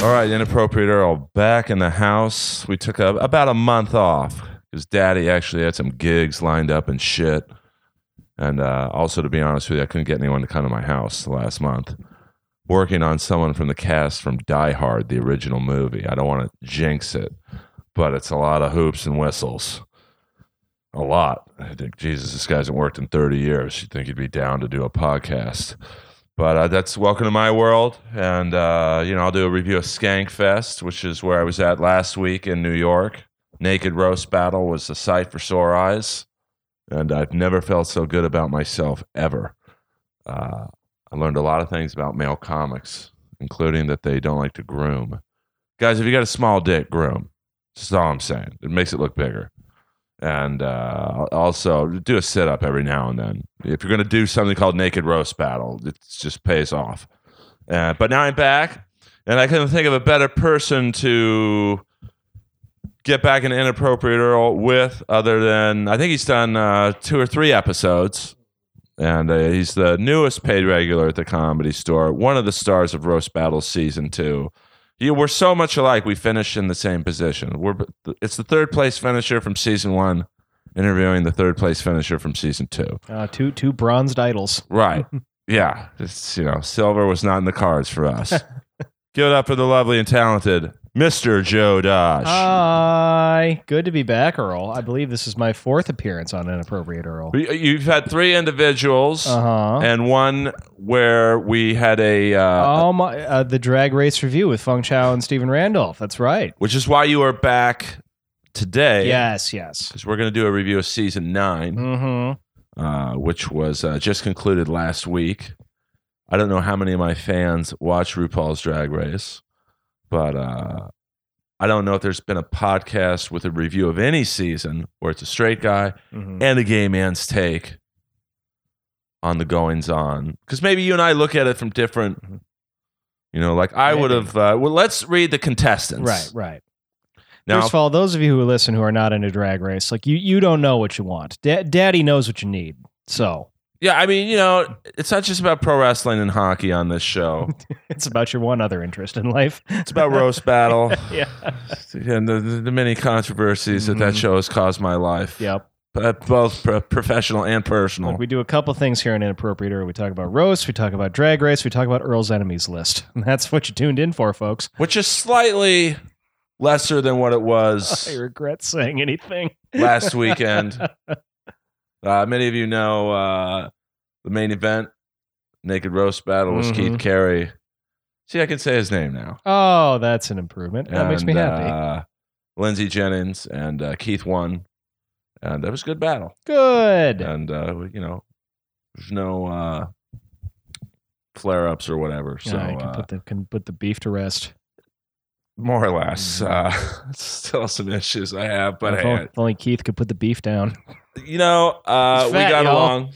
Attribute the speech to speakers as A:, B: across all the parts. A: All right, inappropriate Earl, back in the house. We took a, about a month off because Daddy actually had some gigs lined up and shit. And uh, also, to be honest with you, I couldn't get anyone to come to my house last month. Working on someone from the cast from Die Hard, the original movie. I don't want to jinx it, but it's a lot of hoops and whistles. A lot. I think Jesus, this guy hasn't worked in 30 years. You'd think he'd be down to do a podcast. But uh, that's welcome to my world. And, uh, you know, I'll do a review of Skankfest, which is where I was at last week in New York. Naked Roast Battle was a sight for sore eyes. And I've never felt so good about myself ever. Uh, I learned a lot of things about male comics, including that they don't like to groom. Guys, if you got a small dick, groom. That's all I'm saying. It makes it look bigger. And uh, also do a sit up every now and then. If you're going to do something called Naked Roast Battle, it just pays off. Uh, but now I'm back, and I couldn't think of a better person to get back an inappropriate Earl with other than I think he's done uh, two or three episodes. And uh, he's the newest paid regular at the comedy store, one of the stars of Roast Battle season two. You, we're so much alike. We finish in the same position. We're it's the third place finisher from season one, interviewing the third place finisher from season two.
B: Uh, two two bronzed idols.
A: Right. yeah. It's, you know, silver was not in the cards for us. Give it up for the lovely and talented Mr. Joe Dosh.
B: Uh, Hi, good to be back, Earl. I believe this is my fourth appearance on Inappropriate Earl.
A: We- You've had three individuals
B: Uh huh.
A: and one where we had a, uh,
B: Oh my! Uh, the drag race review with Feng Chao and Stephen Randolph. That's right.
A: which is why you are back today.
B: Yes, yes.
A: Because we're going to do a review of season nine,
B: Mm-hmm.
A: uh, which was uh, just concluded last week. I don't know how many of my fans watch RuPaul's Drag Race, but uh, I don't know if there's been a podcast with a review of any season where it's a straight guy
B: Mm-hmm.
A: and a gay man's take on the goings on. Because maybe you and I look at it from different, you know, like I
B: Maybe.
A: would have. Uh, well, let's read the contestants.
B: Right, right.
A: Now,
B: First of all, those of you who listen who are not into drag race, like you, you don't know what you want. Da- Daddy knows what you need. So
A: yeah, I mean, you know, it's not just about pro wrestling and hockey on this show,
B: it's about your one other interest in life.
A: it's about roast battle
B: yeah.
A: and the, the, the many controversies that that
B: Mhm.
A: show has caused my life.
B: Yep.
A: Uh, both pro- professional and personal.
B: Look, we do a couple things here on Inappropriate Earl. We talk about roast, we talk about drag race, we talk about Earl's enemies list. And that's what you tuned in for, folks.
A: which is slightly lesser than what it was.
B: I regret saying anything.
A: last weekend. Uh, many of you know uh, the main event, Naked Roast Battle, was Keith
B: Mhm.
A: Carey. See, I can say his name now.
B: Oh, that's an improvement. That makes me
A: And,
B: happy.
A: Uh, Lindsey Jennings and uh, Keith won, and that was a good battle.
B: Good.
A: And uh, we- you know, there's no uh, flare ups or whatever. So
B: Yeah, I can
A: uh,
B: put the can put the beef to rest.
A: more or less,
B: Mhm.
A: uh, still some issues I have, but
B: if,
A: hey,
B: only, if only Keith could put the beef down.
A: you know, uh,
B: He's
A: we
B: fat,
A: got
B: y'all.
A: along.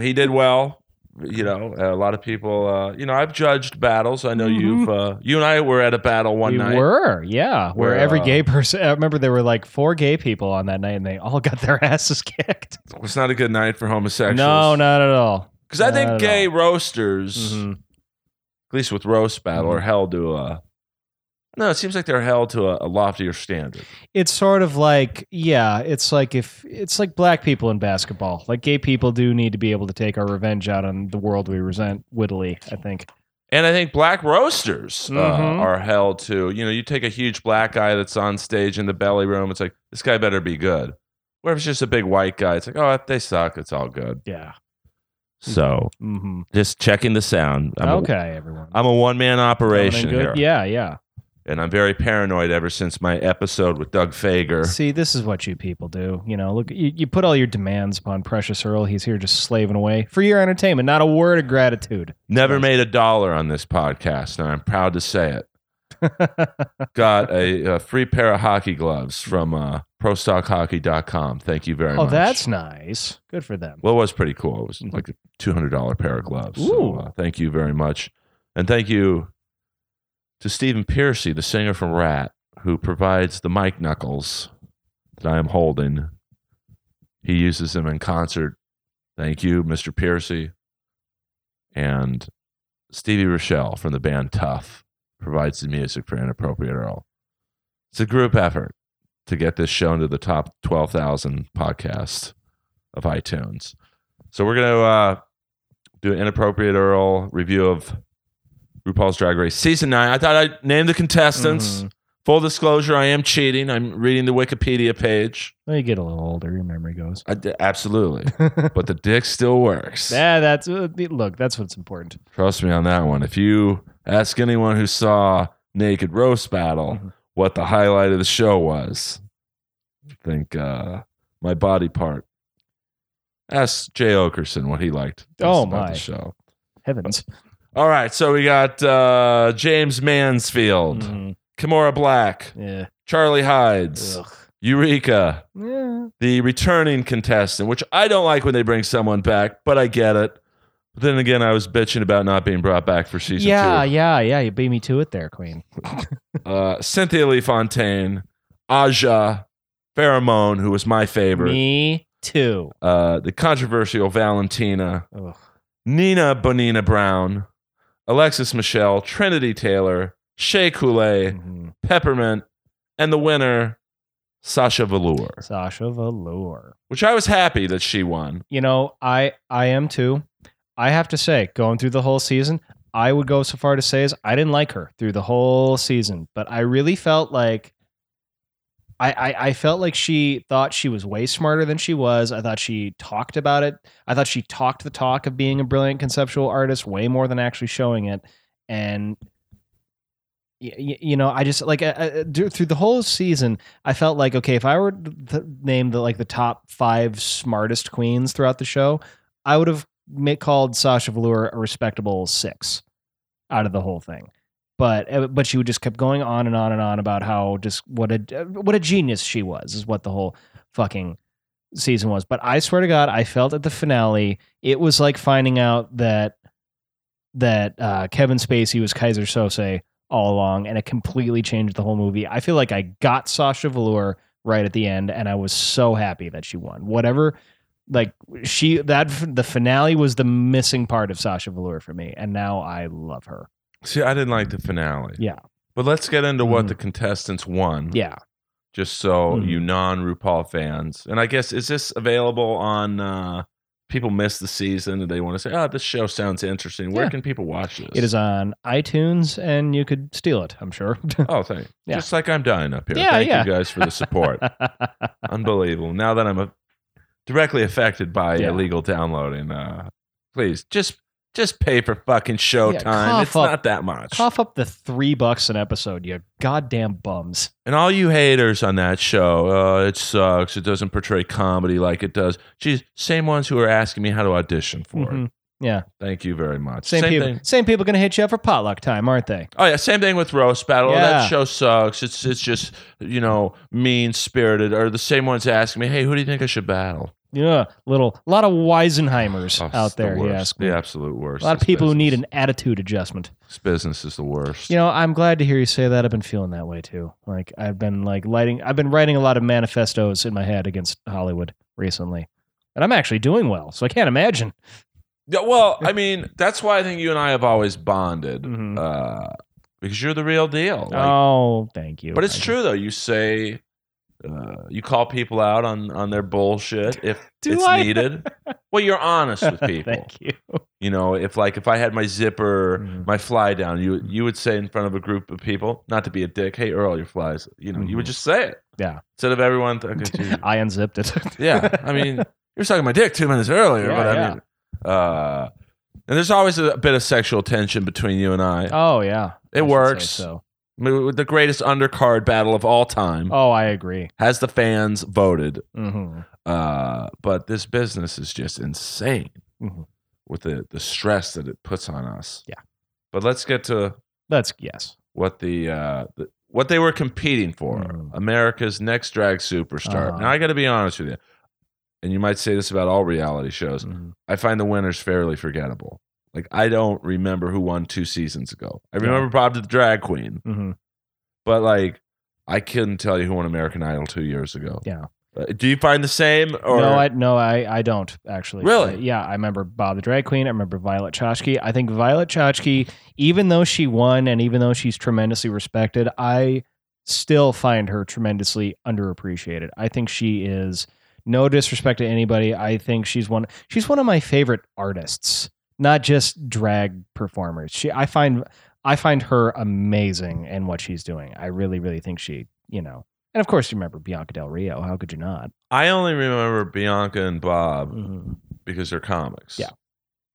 A: He did well. You know, a lot of people. Uh, you know, I've judged battles. I know
B: Mhm.
A: you've. Uh, you and I were at a battle one
B: we
A: night.
B: were, yeah. Where,
A: Where,
B: every
A: uh,
B: gay person, I remember there were like four gay people on that night and they all got their asses kicked.
A: It was not a good night for homosexuals.
B: No, not at all.
A: because I think
B: not at
A: gay
B: all.
A: roasters,
B: Mhm.
A: at least with roast battle,
B: Mm-hmm.
A: are held to a. No, it seems like they're held to a, a loftier standard.
B: It's sort of like, yeah, it's like if it's like black people in basketball. Like gay people do need to be able to take our revenge out on the world we resent wittily, I think.
A: And I think black roasters uh,
B: Mhm.
A: are held to, you know, you take a huge black guy that's on stage in the belly room, it's like, this guy better be good. Where if it's just a big white guy, it's like, oh, if they suck, it's all good.
B: Yeah.
A: So
B: hmm
A: just checking the sound. I'm
B: okay,
A: A,
B: everyone.
A: I'm a one man operation
B: Feeling
A: here.
B: good? Yeah, yeah.
A: And I'm very paranoid ever since my episode with Doug Fager.
B: See, this is what you people do. You know, look, you, you put all your demands upon Precious Earl. He's here just slaving away for your entertainment. Not a word of gratitude.
A: Never made a dollar on this podcast, and I'm proud to say it. Got a, a free pair of hockey gloves from uh, prostockhockey.com. Thank you very
B: oh,
A: much.
B: that's nice. Good for them.
A: Well, it was pretty cool. It was like a two hundred dollar pair of gloves. So,
B: Ooh.
A: uh, thank you very much, and thank you to Stephen Piercy, the singer from Rat, who provides the mic knuckles that I am holding. He uses them in concert. Thank you, Mr. Piercy, and Stevie Rochelle from the band Tough. provides the music for Inappropriate Earl. It's a group effort to get this show into the top 12,000 podcasts of iTunes. So we're going to uh, do an Inappropriate Earl review of RuPaul's Drag Race Season 9. I thought I'd name the contestants.
B: Mhm.
A: Full disclosure, I am cheating. I'm reading the Wikipedia page.
B: When you get a little older, your memory goes.
A: I d absolutely. but the dick still works.
B: Yeah, that's uh, look. That's what's important.
A: Trust me on that one. If you ask anyone who saw Naked Roast Battle
B: Mhm.
A: what the highlight of the show was, I think uh, my body part. Ask Jay Okerson what he liked best
B: Oh,
A: about
B: my.
A: the show.
B: Heavens.
A: All right, so we got uh, James Mansfield,
B: Mhm.
A: Kimora Black,
B: Yeah.
A: Charlie Hides,
B: Ugh.
A: Eureka,
B: Yeah.
A: the returning contestant, which I don't like when they bring someone back, but I get it. But then again, I was bitching about not being brought back for season two.
B: Yeah, yeah, yeah. You beat me to it there, Queen.
A: uh, Cynthia Lee Fontaine, Aja, Pheromone, who was my favorite,
B: Me too.
A: uh, the controversial Valentina,
B: Ugh.
A: Nina Bonina Brown, Alexis Michelle, Trinity Taylor, Shea Coulee,
B: Mhm.
A: Peppermint, and the winner, Sasha Velour,
B: Sasha Velour.
A: which I was happy that she won.
B: You know, I I am too. I have to say, going through the whole season, I would go so far to say is I didn't like her through the whole season, but I really felt like I, I, I felt like she thought she was way smarter than she was. I thought she talked about it. I thought she talked the talk of being a brilliant conceptual artist way more than actually showing it. And y- y- you know, I just like I, I, dur- through the whole season, I felt like okay, if I were to th- name the like the top five smartest queens throughout the show, I would have ma- called Sasha Velour a respectable six out of the whole thing. But uh, but she would just kept going on and on and on about how just what a uh, what a genius she was is what the whole fucking season was. But I swear to God, I felt at the finale it was like finding out that that uh, Kevin Spacey was Kaiser Sose all along, and it completely changed the whole movie. I feel like I got Sasha Velour right at the end, and I was so happy that she won. Whatever, like she that f- the finale was the missing part of Sasha Velour for me, and now I love her.
A: See, I didn't like the finale.
B: Yeah.
A: But let's get into what
B: Mhm.
A: the contestants won.
B: Yeah,
A: just so
B: Mhm.
A: you non RuPaul fans. And I guess is this available on uh people miss the season and they want to say, Oh, this show sounds interesting. Where
B: Yeah.
A: can people watch this?
B: it is on iTunes, and you could steal it. I'm sure.
A: Oh, thank you.
B: Yeah.
A: Just like I'm dying up here.
B: Yeah,
A: thank
B: yeah.
A: you guys for the support. Unbelievable. Now that I'm a, directly affected by
B: Yeah.
A: illegal downloading, uh please just just pay for fucking showtime.
B: cough
A: it's
B: up-
A: not that much.
B: Cough up the three bucks an episode, you goddamn bums.
A: And all you haters on that show, uh, it sucks. It doesn't portray comedy like it does. Geez, same ones who are asking me how to audition for it.
B: Mhm. Yeah,
A: Thank you very much.
B: same, people.
A: thing.
B: Same people gonna hit you up for potluck time, aren't they?
A: Oh yeah, same thing with roast battle. Oh,
B: Yeah.
A: that show sucks. It's it's just you know mean spirited. Or the same ones asking me, hey, who do you think I should battle?
B: Yeah, little a lot of Weisenheimers
A: Oh, it's
B: out
A: the
B: there.
A: worst.
B: yes,
A: the absolute worst.
B: a lot of
A: This
B: people who need
A: business-
B: an attitude adjustment.
A: this business is the worst.
B: You know, I'm glad to hear you say that. I've been feeling that way too. Like I've been like lighting. I've been writing a lot of manifestos in my head against Hollywood recently, and I'm actually doing well. So I can't imagine.
A: Yeah, well, I mean, that's why I think you and I have always bonded
B: Mhm.
A: uh, because you're the real deal. Like,
B: oh, thank you.
A: But it's
B: I-
A: true though. You say uh, you call people out on on their bullshit if
B: Do
A: it's
B: I?
A: needed. Well, you're honest with people.
B: thank you.
A: you Mm-hmm. know, if like if I had my zipper,
B: Mhm.
A: my fly down, you you would say in front of a group of people, not to be a dick, hey Earl, your flies. You know, you would
B: Mhm.
A: just say it.
B: Yeah.
A: Instead of everyone. th- okay, geez.
B: I unzipped it.
A: yeah. I mean, you were sucking my dick two minutes earlier,
B: Yeah,
A: but I
B: yeah.
A: mean, uh, and there's always a bit of sexual tension between you and I.
B: oh yeah,
A: it
B: I should say
A: works.
B: So.
A: I mean, the greatest undercard battle of all time
B: Oh, I agree.
A: has the fans voted.
B: hmm
A: Uh, but this business is just insane
B: Mhm.
A: with the, the stress that it puts on us.
B: Yeah.
A: But let's get to
B: That's yes.
A: what the, uh, the what they were competing for.
B: Mhm.
A: America's Next Drag Superstar.
B: Uh-huh.
A: Now I got to be honest with you, and you might say this about all reality shows.
B: Mhm.
A: I find the winners fairly forgettable. Like I don't remember who won two seasons ago. I
B: Yeah.
A: remember Bob the Drag Queen,
B: Mhm.
A: but like I couldn't tell you who won American Idol two years ago.
B: Yeah.
A: Uh, Do you find the same? Or
B: no, I no, I I don't actually.
A: Really?
B: Uh, yeah, I remember Bob the drag queen. I remember Violet Chachki. I think Violet Chachki, even though she won and even though she's tremendously respected, I still find her tremendously underappreciated. I think she is no disrespect to anybody. I think she's one. She's one of my favorite artists, not just drag performers. She, I find, I find her amazing in what she's doing. I really, really think she, you know. And of course, you remember Bianca Del Rio. How could you not?
A: I only remember Bianca and Bob
B: Mhm.
A: because they're comics.
B: Yeah.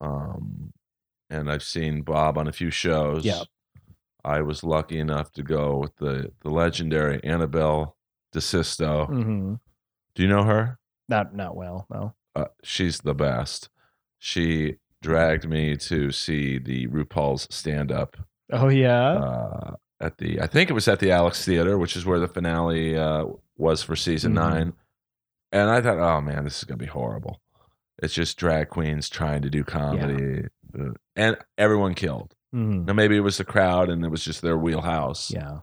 A: Um, and I've seen Bob on a few shows.
B: Yeah.
A: I was lucky enough to go with the the legendary Annabelle DeSisto.
B: Mhm.
A: Do you know her?
B: Not not well. No.
A: Uh, she's the best. She dragged me to see the RuPaul's stand up
B: Oh yeah.
A: uh, at the I think it was at the Alex Theater, which is where the finale uh, was for season
B: Mhm.
A: nine. And I thought, oh man, this is gonna be horrible. It's just drag queens trying to do comedy, Uh, and everyone killed.
B: Mhm.
A: Now maybe it was the crowd, and it was just their wheelhouse.
B: Yeah.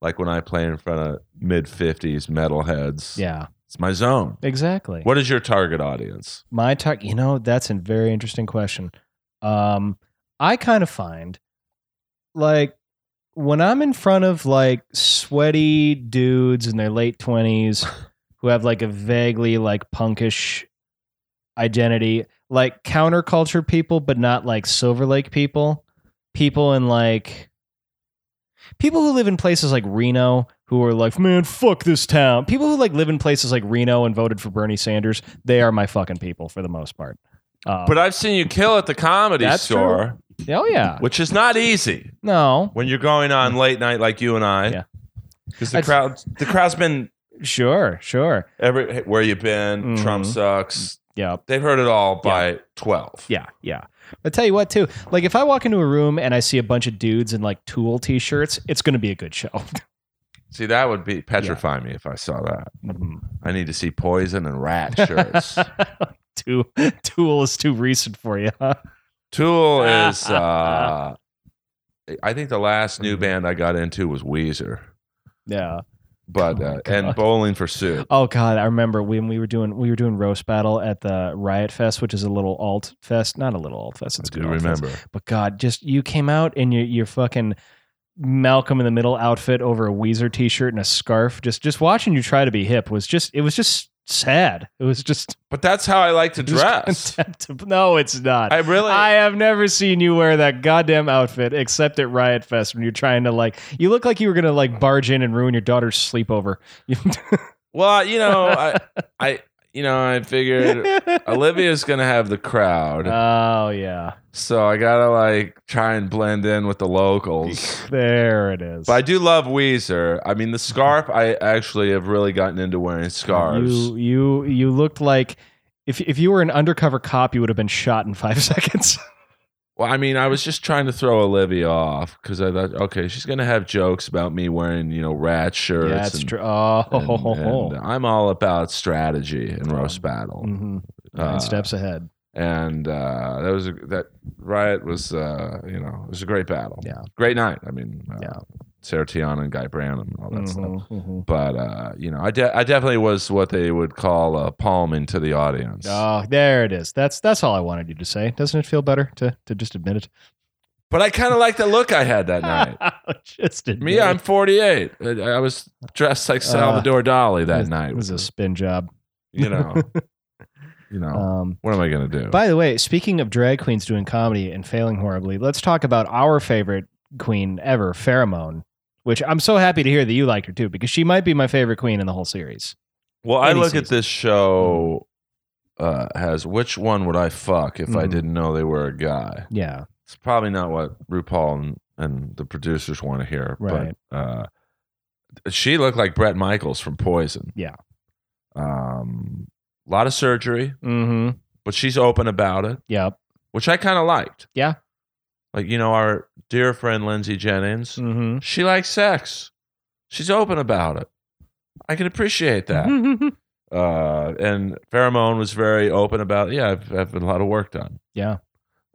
A: Like when I play in front of mid fifties metalheads,
B: Yeah.
A: it's my zone.
B: Exactly.
A: What is your target audience?
B: my talk? You know, that's a very interesting question. Um, I kind of find like when I'm in front of like sweaty dudes in their late twenties who have like a vaguely like punkish identity, like counterculture people, but not like Silver Lake people, people in like people who live in places like Reno who are like, man, fuck this town. People who like live in places like Reno and voted for Bernie Sanders, they are my fucking people for the most part. Um,
A: But I've seen you kill at the comedy
B: That's
A: store,
B: oh yeah,
A: which is not easy.
B: no,
A: when you're going on late night like you and I.
B: Mm. Yeah.
A: Because the
B: That's-
A: crowd, the crowd's been
B: sure, sure,
A: every hey, where you've been. Trump
B: Mhm.
A: sucks.
B: yeah.
A: They've heard it all by twelve.
B: Yeah, yeah. But tell you what, too, like if I walk into a room and I see a bunch of dudes in like Tool t-shirts, it's going to be a good show.
A: See, that would be petrify me if I saw that.
B: Mhm.
A: I need to see Poison and Rat shirts.
B: Tool, Tool is too recent for you. Huh?
A: Tool is. Uh, I think the last new
B: Mhm.
A: band I got into was Weezer,
B: Yeah.
A: but
B: Oh my
A: uh, and
B: God.
A: Bowling for Soup.
B: Oh God, I remember when we were doing we were doing roast battle at the Riot Fest, which is a little alt fest, not a little alt fest. It's
A: I
B: a
A: do
B: good alt fest.
A: remember.
B: But God, just you came out in your your fucking Malcolm in the Middle outfit over a Weezer t-shirt and a scarf. Just just watching you try to be hip was just it was just sad. It was just
A: But that's how I like to
B: It was
A: dress.
B: contemptible. No, it's not.
A: I
B: I,
A: really.
B: have never seen you wear that goddamn outfit except at Riot Fest when you're trying to like. You look like you were gonna like barge in and ruin your daughter's sleepover.
A: well, you know, I, I, you know, I figured Olivia's gonna have the crowd,
B: oh yeah,
A: so I gotta like try and blend in with the locals.
B: there it is.
A: But I do love Weezer. I mean, the scarf. I actually have really gotten into wearing scarves.
B: you you you looked like if if you were an undercover cop, you would have been shot in five seconds.
A: well, I mean, I was just trying to throw Olivia off because I thought, okay, she's gonna have jokes about me wearing, you know, rat shirts.
B: yeah, that's
A: and-
B: true. Oh,
A: and- uh, and I'm all about strategy and roast battle.
B: Mhm. nine
A: Uh,
B: steps ahead.
A: and uh, that was a, that riot was uh, you know it was a great battle.
B: Yeah.
A: great night. I mean, uh,
B: Yeah.
A: Sarah Tiana and Guy Branum and all that stuff.
B: Mhm, mhm.
A: But uh, you know, I de- I definitely was what they would call a palm into the audience.
B: Oh, there it is. That's that's all I wanted you to say. Doesn't it feel better to to just admit it?
A: But I kind of like the look I had that night.
B: just admit
A: Me, I'm 48. I, I was dressed like Salvador Dali that
B: Uh, it.
A: night.
B: It was a spin job.
A: you know, you know.
B: Um,
A: what am I gonna do?
B: by the way, speaking of drag queens doing comedy and failing horribly, let's talk about our favorite queen ever, Pheromone. Which I'm so happy to hear that you liked her too, because she might be my favorite queen in the whole series.
A: Well, I
B: Any
A: look at
B: season. Mm-hmm.
A: this show uh, as which one would I fuck if I
B: Mhm.
A: didn't know they were a guy.
B: Yeah,
A: it's probably not what RuPaul and, and the producers want to hear.
B: Right.
A: But uh, she looked like Brett Michaels from Poison.
B: Yeah.
A: Um, a lot of surgery,
B: mm-hmm.
A: but she's open about it,
B: Yep.
A: which I kind of liked.
B: Yeah.
A: Like you know, our dear friend Lindsay Jennings,
B: Mm-hmm.
A: she likes sex. She's open about it. I can appreciate that. Uh, and Pheromone was very open about, yeah, I've, I've had a lot of work done.
B: Yeah.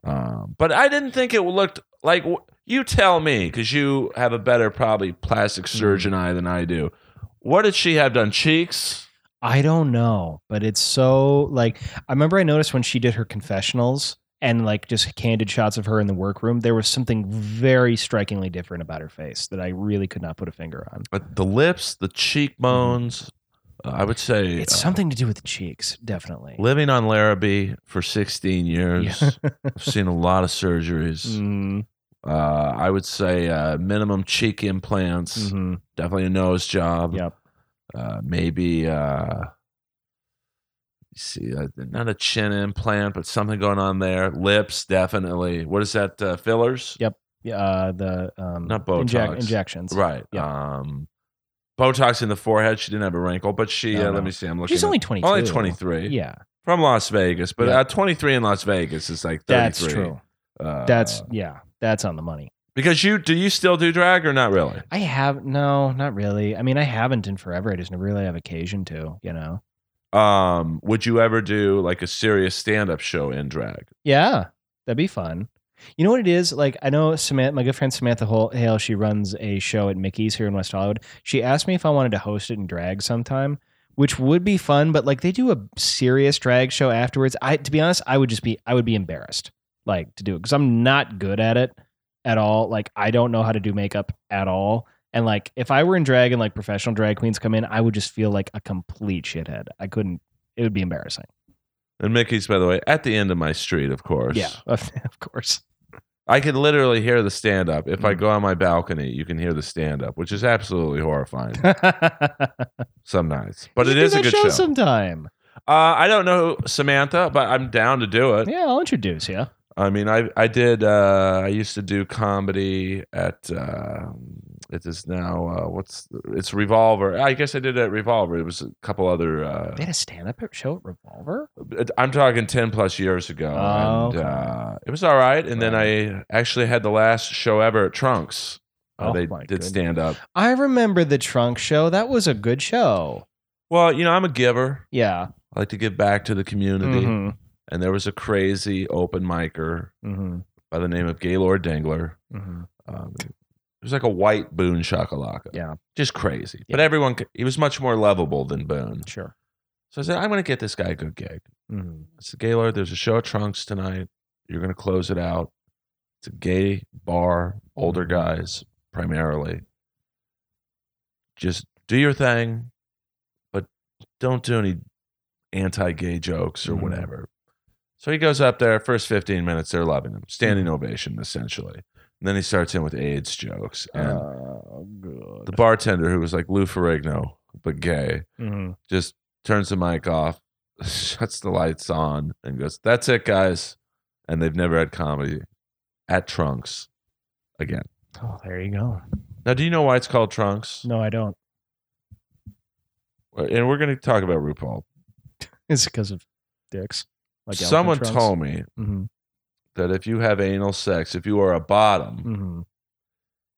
A: Um, but I didn't think it looked like you tell me because you
B: Mm-hmm.
A: have a better probably plastic surgeon eye than I do. What did she have done? Cheeks?
B: I don't know, but it's so like I remember I noticed when she did her confessionals and like just candid shots of her in the workroom, there was something very strikingly different about her face that I really could not put a finger on.
A: But Uh, the lips, the cheekbones, uh, I would say
B: Mm-hmm. It's
A: uh,
B: something to do with the cheeks, definitely.
A: living on Larrabee for 16 years. I've seen a lot of surgeries.
B: Mhm,
A: Uh, I would say uh, minimum cheek implants,
B: mhm,
A: definitely a nose job.
B: Yep.
A: Uh, maybe uh, you see, uh, not a chin implant, but something going on there. Lips, definitely. What is that? Uh, fillers?
B: Yeah, uh, the um,
A: Not Botox.
B: injections.
A: Right. Um, Botox in the forehead. She didn't have a wrinkle, but she.
B: No,
A: uh,
B: no.
A: Let me see. I'm looking.
B: She's
A: at-
B: only twenty.
A: only 23
B: Yeah,
A: from Las Vegas, but
B: Yeah.
A: uh, 23 in Las Vegas is like 33.
B: that's true.
A: Uh,
B: That's yeah, that's on the money.
A: because you do you still do drag or not really?
B: I have no, not really. I mean, I haven't in forever. I just never really have occasion to, you know.
A: Um, would you ever do like a serious stand up show in drag?
B: Yeah, that'd be fun. You know what it is? Like, I know Samantha, my good friend Samantha Hol- Hale, she runs a show at Mickey's here in West Hollywood. She asked me if I wanted to host it in drag sometime, which would be fun, but like they do a serious drag show afterwards. I, to be honest, I would just be, I would be embarrassed like to do it because I'm not good at it at all. Like, I don't know how to do makeup at all. And like, if I were in drag and like professional drag queens come in, I would just feel like a complete shithead. I couldn't, it would be embarrassing.
A: And Mickey's, by the way, at the end of my street, of course.
B: Yeah, of course.
A: I can literally hear the stand up. If I
B: Mhm.
A: go on my balcony, you can hear the stand up, which is absolutely horrifying some nights. But
B: You
A: it
B: should
A: is
B: do
A: a
B: that
A: good show.
B: sometime.
A: uh, I don't know Samantha, but I'm down to do it.
B: Yeah, I'll introduce you.
A: I mean, I I did. Uh, I used to do comedy at. Uh, it is now uh, what's it's Revolver. I guess I did it at Revolver. It was a couple other. Uh,
B: They had a stand-up show at Revolver.
A: I'm talking ten plus years ago,
B: Oh,
A: and
B: okay.
A: uh, it was all right. And then I actually had the last show ever at Trunks. Uh,
B: Oh
A: they
B: my
A: did
B: goodness.
A: stand up.
B: I remember the Trunk Show. That was a good show.
A: Well, you know, I'm a giver.
B: Yeah.
A: I like to give back to the community.
B: Mhm.
A: And there was a crazy open micer
B: Mhm.
A: by the name of Gaylord Dangler.
B: Mhm.
A: Um, it was like a white Boone shakalaka.
B: Yeah.
A: Just crazy. But
B: Yeah.
A: everyone, c- he was much more lovable than Boone.
B: Sure.
A: So I said, I'm going to get this guy a good gig.
B: Mhm.
A: I said, Gaylord, there's a show at Trunks tonight. You're going to close it out. It's a gay bar, older guys primarily. Just do your thing, but don't do any anti gay jokes or
B: Mhm.
A: whatever. So he goes up there, first 15 minutes, they're loving him. Standing ovation, essentially. And then he starts in with AIDS jokes. And
B: Oh, good.
A: the bartender, who was like Lou Ferrigno, but gay,
B: Mhm.
A: just turns the mic off, shuts the lights on, and goes, That's it, guys. And they've never had comedy at Trunks again.
B: Oh, there you go.
A: Now, do you know why it's called Trunks?
B: No, I don't.
A: And we're going to talk about RuPaul.
B: It's because of dicks. elephant
A: Someone
B: trunks.
A: told me
B: Mhm.
A: that if you have anal sex, if you are a bottom,
B: Mhm.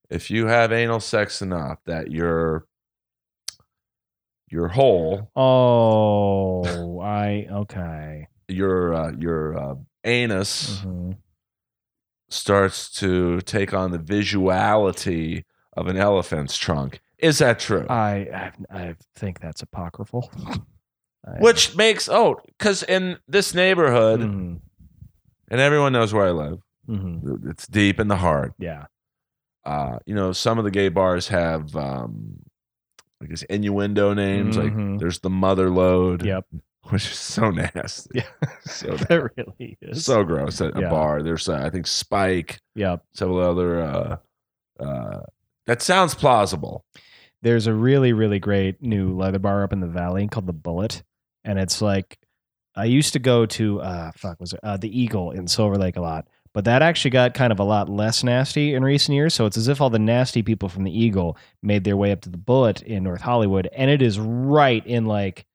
A: if you have anal sex enough that your your hole,
B: Oh, I okay.
A: your uh, your uh, anus.
B: Mhm.
A: starts to take on the visuality of an elephant's trunk. Is that true?
B: I, I I think that's apocryphal. I-
A: Which makes oh, because in this neighborhood,
B: Mhm.
A: and everyone knows where I live,
B: Mhm.
A: it's deep in the heart.
B: Yeah.
A: Uh, you know, some of the gay bars have, um, I guess, innuendo names. Like
B: Mhm.
A: there's the mother load,
B: Yep.
A: which is so nasty,
B: Yeah.
A: So
B: that really is.
A: so gross at a
B: Yeah.
A: bar. There's uh, I think Spike,
B: yep.
A: several other. Uh, uh, that sounds plausible.
B: There's a really, really great new leather bar up in the valley called the Bullet. And it's like I used to go to uh fuck was it uh, the Eagle in Silver Lake a lot. But that actually got kind of a lot less nasty in recent years. So it's as if all the nasty people from the Eagle made their way up to the Bullet in North Hollywood. And it is right in like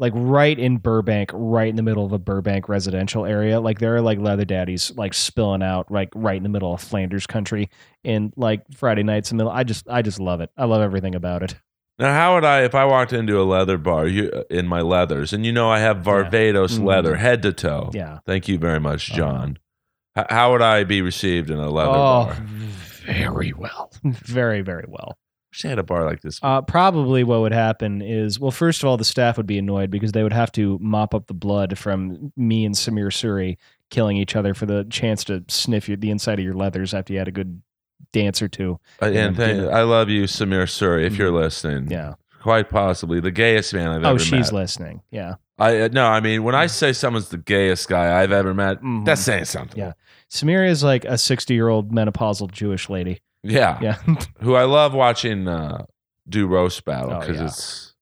B: like right in Burbank, right in the middle of a Burbank residential area. Like there are like leather daddies like spilling out like right in the middle of Flanders country in like Friday nights in the middle. I just I just love it. I love everything about it.
A: Now, how would I, if I walked into a leather bar you, uh, in my leathers, and you know I have Varvatos
B: Mm.
A: leather head to toe?
B: Yeah.
A: Thank you very much,
B: Uh-huh.
A: John. H- how would I be received in a leather
B: oh,
A: bar?
B: very well. Very, very well.
A: wish I had a bar like this.
B: Uh, probably what would happen is, well, first of all, the staff would be annoyed because they would have to mop up the blood from me and Samir Suri killing each other for the chance to sniff your, the inside of your leathers after you had a good dance or two.
A: Uh, and
B: Yeah,
A: thank,
B: dinner.
A: I love you, Samir Suri, if you're listening.
B: Yeah.
A: Quite possibly the gayest man I've
B: Oh,
A: ever met.
B: she's listening. Yeah.
A: I uh, no, I mean when I say someone's the gayest guy I've ever met,
B: Mhm.
A: that's saying something.
B: Yeah. Samir is like a 60 year old menopausal Jewish lady.
A: yeah.
B: Yeah.
A: Who I love watching uh, do roast battle
B: Oh,
A: because
B: yeah.
A: it's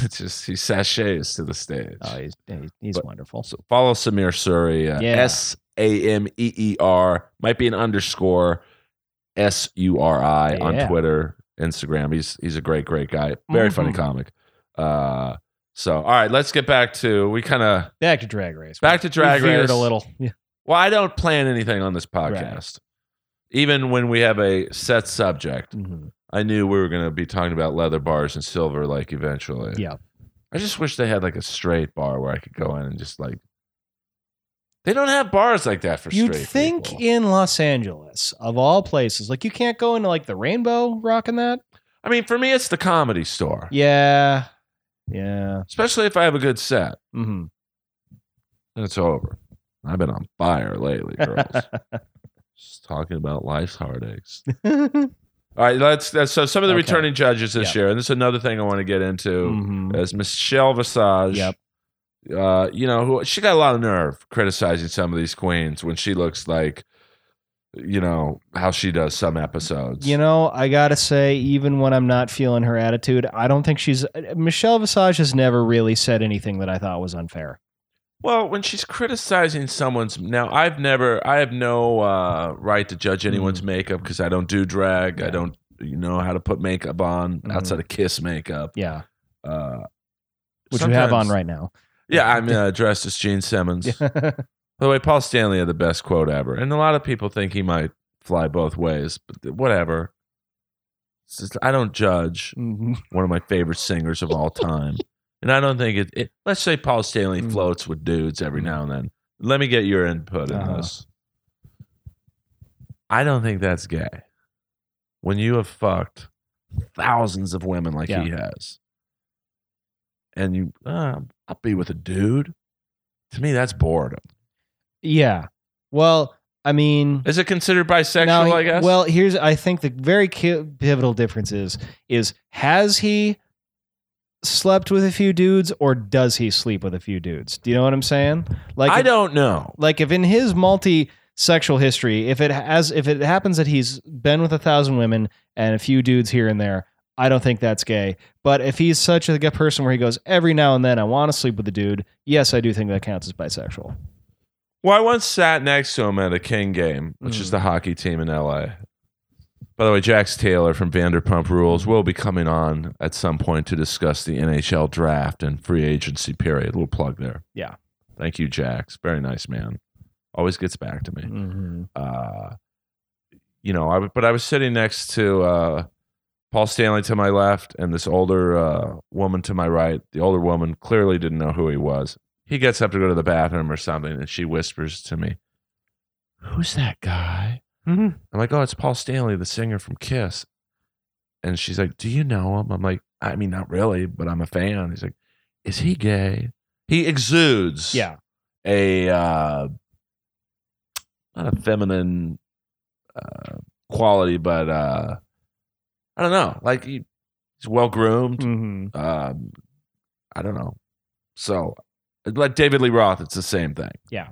A: it's just he sachets to the stage.
B: oh, he's, he's- he's
A: But-
B: wonderful.
A: So follow Samir Suri. Uh,
B: Yeah.
A: S A M E E R might be an underscore S U R I
B: Yeah.
A: on Twitter, Instagram. He's he's a great great guy. Very funny
B: Mhm.
A: comic. Uh, so all right, let's get back to we kind of
B: Back to Drag Race.
A: back to Drag
B: we veered
A: Race
B: a little. Yeah.
A: Well, I don't plan anything on this podcast. Even when we have a set subject,
B: Mhm.
A: I knew we were going to be talking about leather bars and silver like eventually.
B: Yeah.
A: I just wish they had like a straight bar where I could go in and just like. They don't have bars like that for
B: You'd
A: straight
B: think
A: people.
B: in Los Angeles, of all places, like you can't go into like the Rainbow rocking that.
A: I mean, for me, it's the comedy store,
B: Yeah. Yeah.
A: especially if I have a good set.
B: hmm
A: And it's over. I've been on fire lately, girls. just talking about life's heartaches. All right, let's. That's, so some of the
B: Okay.
A: returning judges this year, and this is another thing I want to get into.
B: Mhm.
A: as Michelle Visage.
B: Yep.
A: Uh, you know, who she got a lot of nerve criticizing some of these queens when she looks like, you know, how she does some episodes.
B: You know, I gotta say, even when I'm not feeling her attitude, I don't think she's uh, Michelle Visage has never really said anything that I thought was unfair.
A: well, when she's criticizing someone's now, I've never, I have no uh, right to judge anyone's makeup because I don't do drag. I
B: Mm. Yeah.
A: don't you know how to put makeup on
B: Mhm.
A: outside of kiss makeup.
B: Yeah,
A: Uh,
B: which you have on
A: sometimes-
B: right now.
A: Yeah, I'm uh, dressed as Gene Simmons. By the way, Paul Stanley had the best quote ever, and a lot of people think he might fly both ways, but th- whatever. It's just- I don't judge
B: Mhm.
A: one of my favorite singers of all time, and I don't think it. it let's say Paul Stanley
B: Mm.
A: floats with dudes every now and then. Let me get your input
B: Uh-huh.
A: on this. I don't think that's gay. When you have fucked thousands of women like he has, and you, uh, I'll be with a dude. To me, that's boredom.
B: yeah. Well, I mean,
A: Is it considered bisexual?
B: now-
A: I guess.
B: Well, here's I think the very ki- pivotal difference is is has he slept with a few dudes or does he sleep with a few dudes? Do you know what I'm saying? Like
A: I
B: if-
A: don't know.
B: like if in his multi sexual history if it has if it happens that he's been with a thousand women and a few dudes here and there i don't think that's gay but if he's such a good person where he goes every now and then i want to sleep with a dude yes i do think that counts as bisexual
A: Well, I once sat next to him at a King game, which
B: Mm.
A: is the hockey team in LA. By the way, Jax Taylor from Vanderpump Rules will be coming on at some point to discuss the NHL draft and free agency period. little plug there.
B: Yeah.
A: Thank you, Jax. Very nice man. Always gets back to me.
B: Mm-hmm.
A: uh, you know, I w- but I was sitting next to uh, Paul Stanley to my left and this older uh, woman to my right. The older woman clearly didn't know who he was. He gets up to go to the bathroom or something, and she whispers to me, "Who's that guy?" I'm like, "Oh, it's Paul Stanley, the singer from Kiss." And she's like, "Do you know him?" I'm like, "I mean, not really, but I'm a fan." He's like, "Is he gay?" He exudes
B: yeah
A: a uh, not a feminine uh, quality, but uh, I don't know. Like he, he's well groomed.
B: hmm
A: Um, I don't know. So, like David Lee Roth, it's the same thing.
B: Yeah.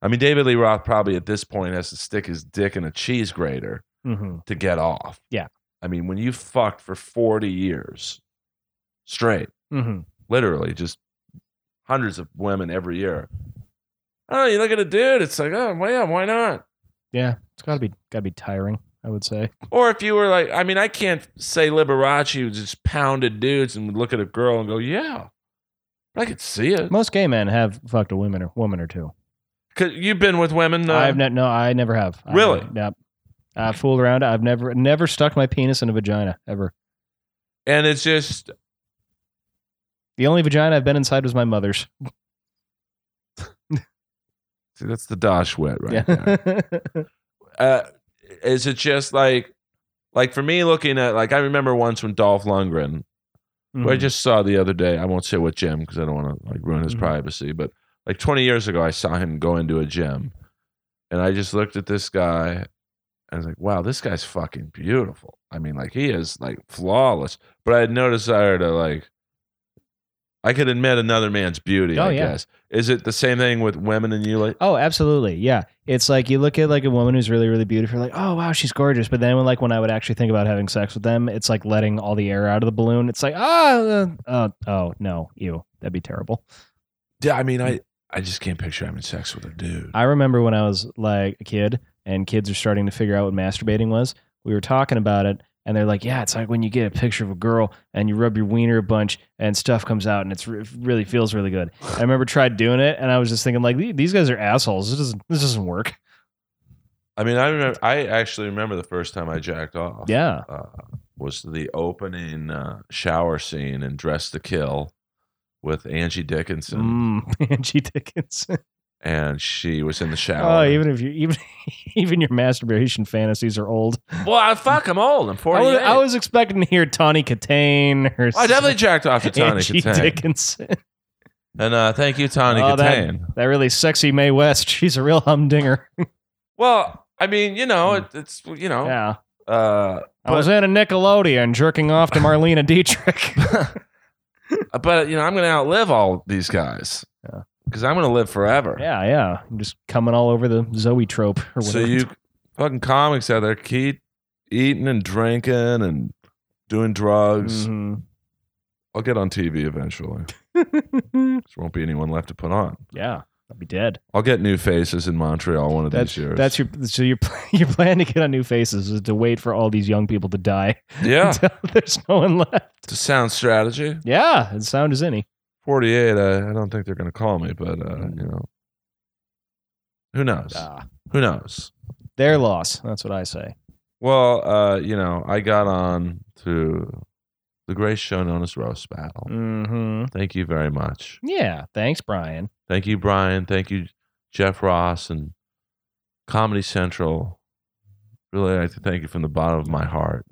A: I mean, David Lee Roth probably at this point has to stick his dick in a cheese grater
B: hmm
A: to get off.
B: Yeah.
A: I mean, when you fucked for 40 years straight,
B: hmm
A: literally just hundreds of women every year. Oh, you look at a dude, it's like, oh, well, yeah, why not?
B: yeah it's gotta be gotta be tiring i would say
A: Or if you were like, I mean, I can't say Liberace just pounded dudes and would look at a girl and go, yeah, I could see it.
B: most gay men have fucked a woman or woman or two
A: you you've been with women. Uh,
B: i've not no i never have I
A: Really?
B: never- yep i fooled around i've never never stuck my penis in a vagina ever
A: and it's just,
B: the only vagina i've been inside was my mother's
A: see, that's the Dosh wit right there.
B: yeah
A: Uh, is it just like, Like for me, looking at like I remember once when Dolph Lundgren who I
B: Mhm.
A: just saw the other day. I won't say what gym because I don't want to like ruin his
B: Mhm.
A: privacy. But like 20 years ago, I saw him go into a gym, and I just looked at this guy, and I was like, "Wow, this guy's fucking beautiful." I mean, like he is like flawless. But I had no desire to like. I could admit another man's beauty.
B: Oh,
A: I
B: yeah.
A: guess is it the same thing with women and you? Like,
B: Oh, absolutely. Yeah. It's like you look at like a woman who's really, really beautiful, you're like, oh wow, she's gorgeous. But then when like when I would actually think about having sex with them, it's like letting all the air out of the balloon. It's like, ah uh, uh, oh no, ew. That'd be terrible.
A: yeah, I mean, I I just can't picture having sex with a dude.
B: Mm. I remember when I was like a kid and kids are starting to figure out what masturbating was. We were talking about it and they're like, yeah, it's like when you get a picture of a girl and you rub your wiener a bunch and stuff comes out and it's re- really feels really good. I remember tried doing it and I was just thinking like "The- these guys are assholes. This doesn't this doesn't work.
A: I mean, I remember. I actually remember the first time I jacked off.
B: Yeah.
A: uh, was the opening uh, shower scene in Dress to Kill with Angie Dickinson,
B: Mm, Angie Dickinson.
A: and she was in the
B: Oh,
A: shower.
B: even if you even even your masturbation fantasies are old.
A: well, I fuck, I'm old. I'm
B: I
A: 48.
B: was, I was expecting to hear Tawny Katane or
A: Well, I definitely jacked off to Tawny
B: Angie
A: Katane.
B: Dickinson.
A: and uh, thank you, Tawny
B: Oh, that-
A: Katane.
B: That really sexy Mae West. She's a real humdinger.
A: Well, I mean, you know, it, it's you know,
B: Mm. Yeah.
A: uh,
B: I was in a Nickelodeon jerking off to Marlena Dietrich.
A: but you know, I'm going to outlive all these guys
B: Yeah.
A: because I'm going to live forever.
B: yeah, yeah. I'm just coming all over the Zoe trope or whatever.
A: So you fucking comics out there keep eating and drinking and doing drugs.
B: Mhm.
A: I'll get on TV eventually. There won't be anyone left to put on.
B: Mm-hmm. yeah. I'll be dead.
A: I'll get new faces in Montreal one of
B: That's
A: these years.
B: that's your so your pl- your plan to get on new faces is to wait for all these young people to die.
A: yeah.
B: until there's no one left.
A: It's a sound strategy.
B: Yeah, as sound as any.
A: Forty-eight. I, I don't think they're going to call me, but uh,
B: Mm.
A: you know, who knows?
B: Ah,
A: Who knows?
B: their loss. That's what I say.
A: Well, uh, you know, I got on to the great show known as Roast Battle.
B: Mm-hmm.
A: Thank you very much.
B: Yeah. Thanks, Brian.
A: Thank you, Brian. Thank you, Jeff Ross and Comedy Central. Really, I'd like to thank you from the bottom of my heart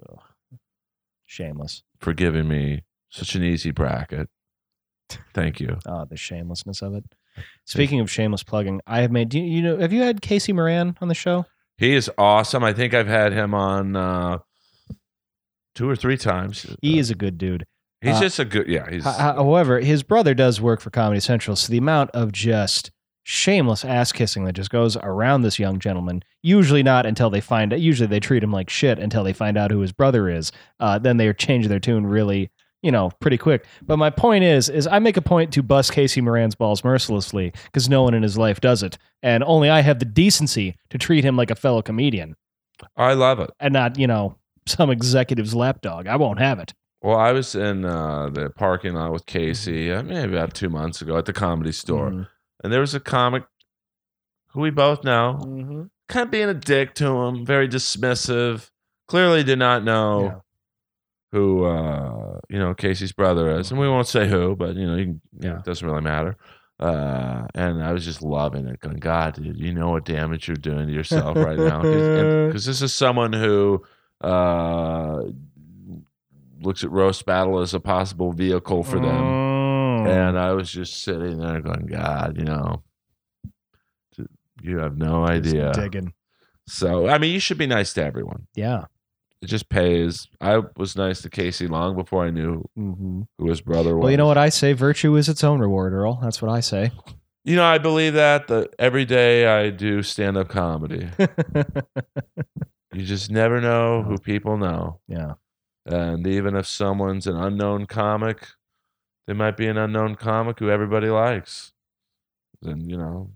B: Shameless.
A: for giving me such an easy bracket. Thank you.
B: Oh, the shamelessness of it. Speaking of shameless plugging, I have made. Do you, you know? Have you had Casey Moran on the show?
A: He is awesome. I think I've had him on uh, two or three times.
B: He is a good dude.
A: He's
B: uh,
A: just a good. Yeah, he's.
B: Ho- ho- However, his brother does work for Comedy Central, so the amount of just shameless ass kissing that just goes around this young gentleman, usually not until they find usually they treat him like shit until they find out who his brother is. Uh, then they change their tune really, you know, pretty quick. But my point is, is I make a point to bust Casey Moran's balls mercilessly because no one in his life does it. And only I have the decency to treat him like a fellow comedian
A: I love it.
B: and not, you know, some executive's lapdog. I won't have it.
A: Well, I was in uh, the parking lot with
B: Mm-hmm.
A: Casey uh, maybe about two months ago at the comedy store, and there was a comic who we both know,
B: Mm-hmm.
A: kind of being a dick to him, very dismissive. Clearly, did not know
B: Yeah.
A: who uh, you know Casey's brother is, and we won't say who, but you know, you can, you know,
B: Yeah.
A: it doesn't really matter. Uh, and I was just loving it, going, God, dude, you know what damage you're doing to yourself right now, because this is someone who uh, looks at roast battle as a possible vehicle for them.
B: Mm.
A: And I was just sitting there going, God, you know, you have no idea.
B: Digging.
A: So, I mean, you should be nice to everyone.
B: Yeah.
A: It just pays. I was nice to Casey long before I knew
B: Mm-hmm.
A: who his brother was.
B: Well, you know what I say? Virtue is its own reward, Earl. That's what I say.
A: You know, I believe that, that every day I do stand up comedy. you just never know who people know.
B: yeah.
A: And even if someone's an unknown comic, they might be an unknown comic who everybody likes. And, you know,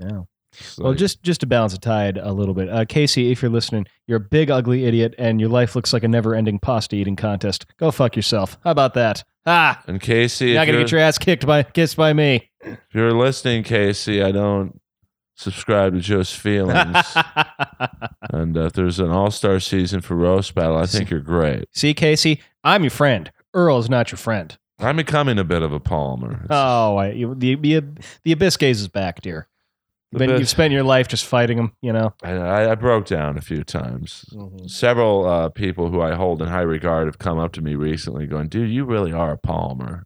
B: Yeah.
A: it's
B: Well,
A: like-
B: just just to balance the tide a little bit, uh, Casey, if you're listening, you're a big ugly idiot, and your life looks like a never-ending pasta eating contest. Go fuck yourself. How about that? Ah,
A: And Casey,
B: you're
A: if
B: not gonna
A: you're,
B: get your ass kicked by kissed by me.
A: if you're listening, Casey, I don't subscribe to Joe's feelings. and uh, if there's an all star season for roast battle, I think you're great.
B: See, Casey, I'm your friend. Earl is not your friend.
A: I'm
B: Uh,
A: becoming a bit of a Palmer.
B: Oh, I, you, the, the the abyss gaze is back, dear.
A: The
B: But
A: best-
B: you've spent your life just fighting them, you know.
A: I, I- I broke down a few times.
B: Mm-hmm.
A: Several uh, people who I hold in high regard have come up to me recently, going, "Dude, you really are a Palmer,"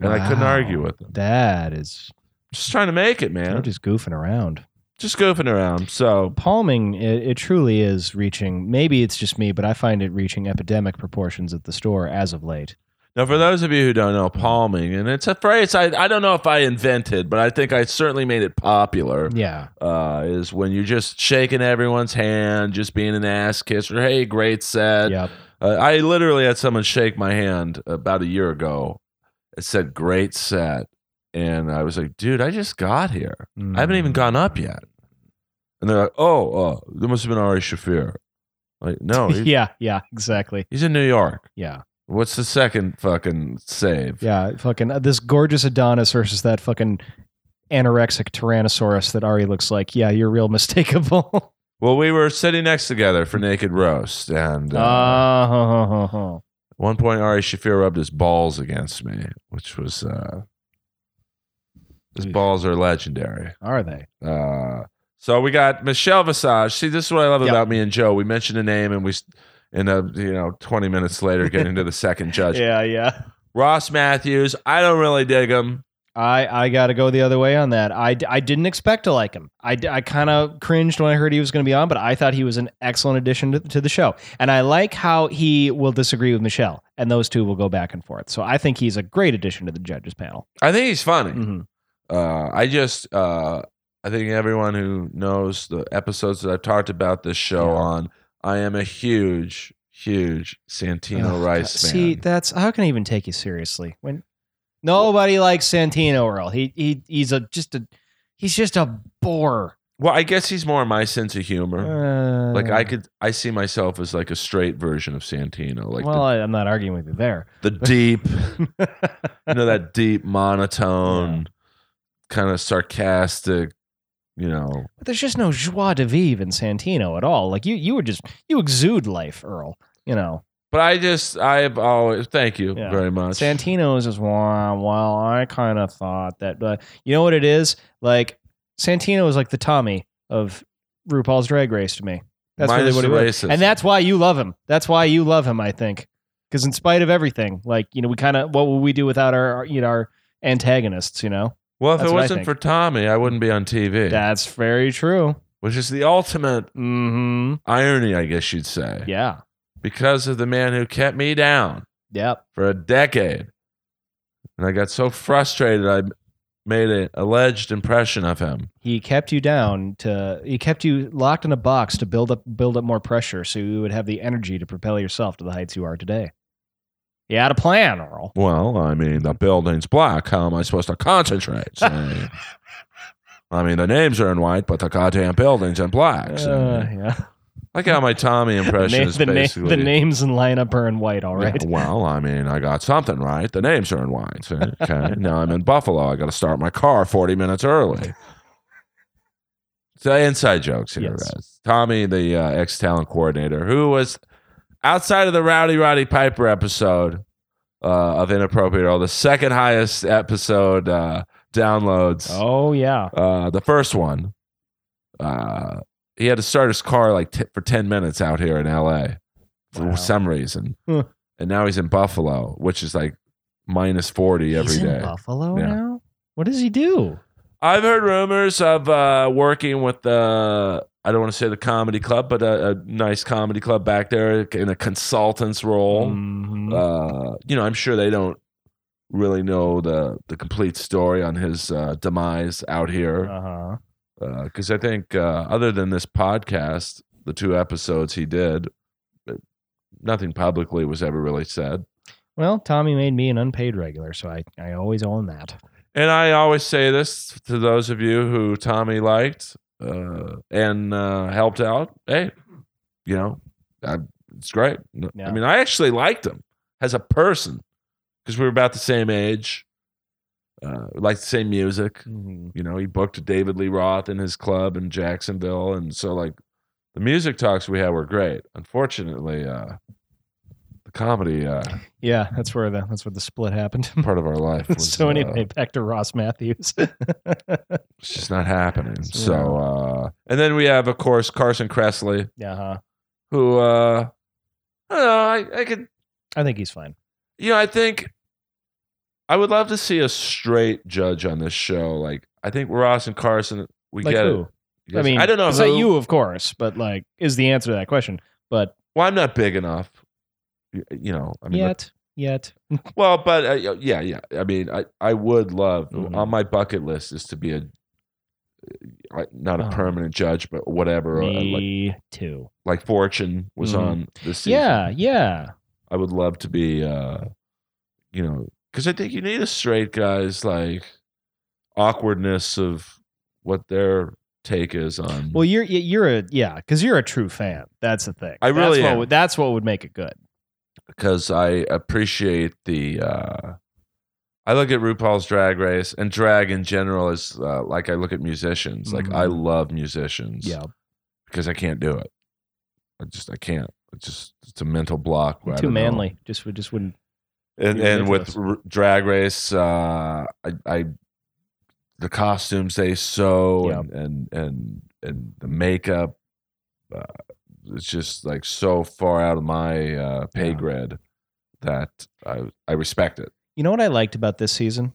A: and I couldn't
B: Wow.
A: argue with them.
B: that is
A: Just trying to make it,
B: I'm
A: man.
B: just goofing around.
A: Just goofing around. So
B: Palming, it, it truly is reaching. Maybe it's just me, but I find it reaching epidemic proportions at the store as of late.
A: Now, for those of you who don't know, palming, and it's a phrase I, I don't know if I invented, but I think I certainly made it popular,
B: Yeah,
A: uh, is when you're just shaking everyone's hand, just being an ass kisser. Hey, great set.
B: yep.
A: Uh, I literally had someone shake my hand about a year ago. It said, great set. And I was like, dude, I just got here. I haven't
B: Mm. Hmm.
A: even gone up yet. And they're like, oh, oh there must have been Ari Shafir. Like, no, he's,
B: yeah, yeah, exactly.
A: he's in New York.
B: Yeah,
A: What's the second fucking save?
B: yeah. Fucking uh, this gorgeous Adonis versus that fucking anorexic Tyrannosaurus that Ari looks like. Yeah, you're real mistakeable.
A: Well, we were sitting next together
B: Hmm.
A: for Naked Roast, and uh,
B: Ah, ho, ho, ho, ho.
A: at one point Ari Shafir rubbed his balls against me, which was uh, his
B: Oof.
A: balls are legendary.
B: Are they?
A: Uh, so we got Michelle Visage. See, this is what I love
B: Yep.
A: about me and Joe. We mentioned a name, and we, s- and uh, you know, twenty minutes later, get into the second judge,
B: Yeah, yeah.
A: Ross Matthews. I don't really dig him.
B: I, I got to go the other way on that. I, d- I didn't expect to like him. I, d- I kind of cringed when I heard he was going to be on, but I thought he was an excellent addition to, to the show. And I like how he will disagree with Michelle, and those two will go back and forth. So I think he's a great addition to the judges panel.
A: I think he's funny.
B: Mm-hmm.
A: Uh, I just, uh, I think everyone who knows the episodes that I've talked about this show
B: Yeah.
A: on, I am a huge, huge Santino Rice fan.
B: See, that's how can I even take you seriously when nobody likes Santino Earl. He he he's a just a he's just a bore.
A: well, I guess he's more my sense of humor.
B: Uh,
A: like I could, I see myself as like a straight version of Santino, like
B: well, I, I'm not arguing with you there.
A: the, the deep, you know, that deep monotone, kind of sarcastic, you know.
B: But there's just no joie de vivre in Santino at all. Like you, you were just you exude life, Earl. You know,
A: But I just, I've always thank you
B: Yeah.
A: very much.
B: Santino is just wow. Well, I kind of thought that, but you know what it is? Like Santino is like the Tommy of RuPaul's Drag Race to me. That's
A: Minus
B: really
A: the
B: what it was.
A: racism.
B: and that's why you love him. That's why you love him. I think because in spite of everything, like you know, we kind of what would we do without our, our you know our antagonists? You know,
A: Well, if
B: That's
A: it
B: what I
A: wasn't
B: think.
A: for Tommy, I wouldn't be on TV,
B: that's very true.
A: which is the ultimate
B: Mm-hmm.
A: irony, I guess you'd say,
B: Yeah.
A: because of the man who kept me down
B: Yep.
A: for a decade. And I got so frustrated, I made an alleged impression of him.
B: he kept you down to he kept you locked in a box to build up build up more pressure so you would have the energy to propel yourself to the heights you are today you had a plan earl
A: Well, I mean, the building's black. How am I supposed to concentrate? I, I mean, the names are in white, but the goddamn building's in black. So.
B: Uh, yeah.
A: like how my Tommy impression
B: Na-
A: is
B: the, na-
A: basically.
B: the names and lineup are in white all
A: Yeah,
B: right
A: well, I mean, I got something right. The names are in wine. so, Okay. now I'm in Buffalo. I got to start my car 40 minutes early. So inside jokes here,
B: Yes.
A: guys. Tommy, the uh, ex talent coordinator, who was outside of the Rowdy Roddy Piper episode uh, of Inappropriate Earl, the second highest episode uh, downloads.
B: oh yeah
A: Uh, the first one, uh, he had to start his car like t- for 10 minutes out here in LA for
B: Wow.
A: some reason.
B: Huh.
A: And now he's in Buffalo, which is like minus 40 every
B: He's in
A: day.
B: buffalo
A: Yeah.
B: now what does he do
A: I've heard rumors of uh, working with the, I don't want to say the comedy club, but a, a nice comedy club back there in a consultant's role.
B: Mhm.
A: Uh, you know, I'm sure they don't really know the, the complete story on his uh, demise out here.
B: uh-huh
A: because I think uh, other than this podcast, the two episodes he did, it- nothing publicly was ever really said.
B: well tommy made me an unpaid regular so i i always own that
A: And I always say this to those of you who Tommy liked uh, and uh, helped out. Hey, you know, I, it's great. No- I
B: Yeah.
A: mean, I actually liked him as a person because we were about the same age, uh, liked the same music.
B: Mm-hmm.
A: you know he booked david lee roth in his club in jacksonville and so like the music talks we had were great unfortunately uh the comedy uh,
B: Yeah, that's where the that's where the split happened.
A: part of our life. Was,
B: so
A: uh,
B: anyway, back to Ross Matthews.
A: It's just not happening.
B: So-
A: So, uh, and then we have, of course, Carson Kressley,
B: yeah, uh-huh. huh?
A: who uh, I don't know. I, I could,
B: I think he's fine.
A: you know, I think I would love to see a straight judge on this show. Like, I think Ross and Carson, we
B: Like
A: get
B: who?
A: it. You
B: I
A: guys-
B: mean,
A: I don't know
B: It's not
A: who.
B: you, of course, but like, is the answer to that question? But
A: Well, I'm not big enough. You, you know, I mean,
B: yet, yet,
A: well, but uh, yeah, yeah. I mean, I, I would love
B: Mhm.
A: on my bucket list is to be a uh, like, not a
B: Oh.
A: permanent judge, but whatever. uh, Like,
B: me too.
A: like Fortune was
B: Mhm.
A: on this season.
B: Yeah, yeah.
A: I would love to be, uh, you know, because I think you need a straight guy's like awkwardness of what their take is on.
B: Well, you're you- you're a yeah, because you're a true fan. That's the thing.
A: I really
B: that's what
A: am.
B: would, that's what would make it good.
A: because I appreciate the. Uh, I look at RuPaul's Drag Race and drag in general is uh, like I look at musicians.
B: Mhm.
A: Like I love musicians because I can't do it. I just I can't. It's just it's a mental block. where I
B: too
A: don't know.
B: manly. Just would just wouldn't.
A: and
B: You're
A: and with
B: ridiculous.
A: r- drag race uh i, I the costumes they sew
B: Yeah.
A: and, and and and the makeup uh, it's just like so far out of my uh pay
B: Yeah.
A: grade that i i respect it
B: You know what I liked about this season?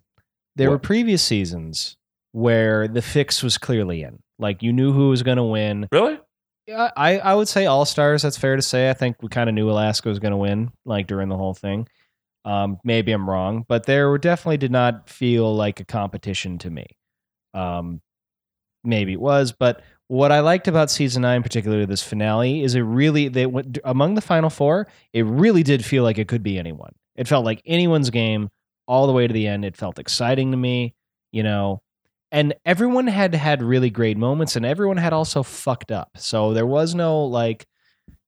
B: There
A: What?
B: were previous seasons where the fix was clearly in. Like you knew who was going to win.
A: really
B: Yeah, I, I would say all stars. That's fair to say. I think we kind of knew Alaska was going to win, like during the whole thing. Um, maybe I'm wrong, but there were definitely did not feel like a competition to me. Um, maybe it was, but what I liked about season nine, particularly this finale, is it really they went among the final four. It really did feel like it could be anyone. It felt like anyone's game all the way to the end. It felt exciting to me, you know and everyone had had really great moments and everyone had also fucked up so there was no like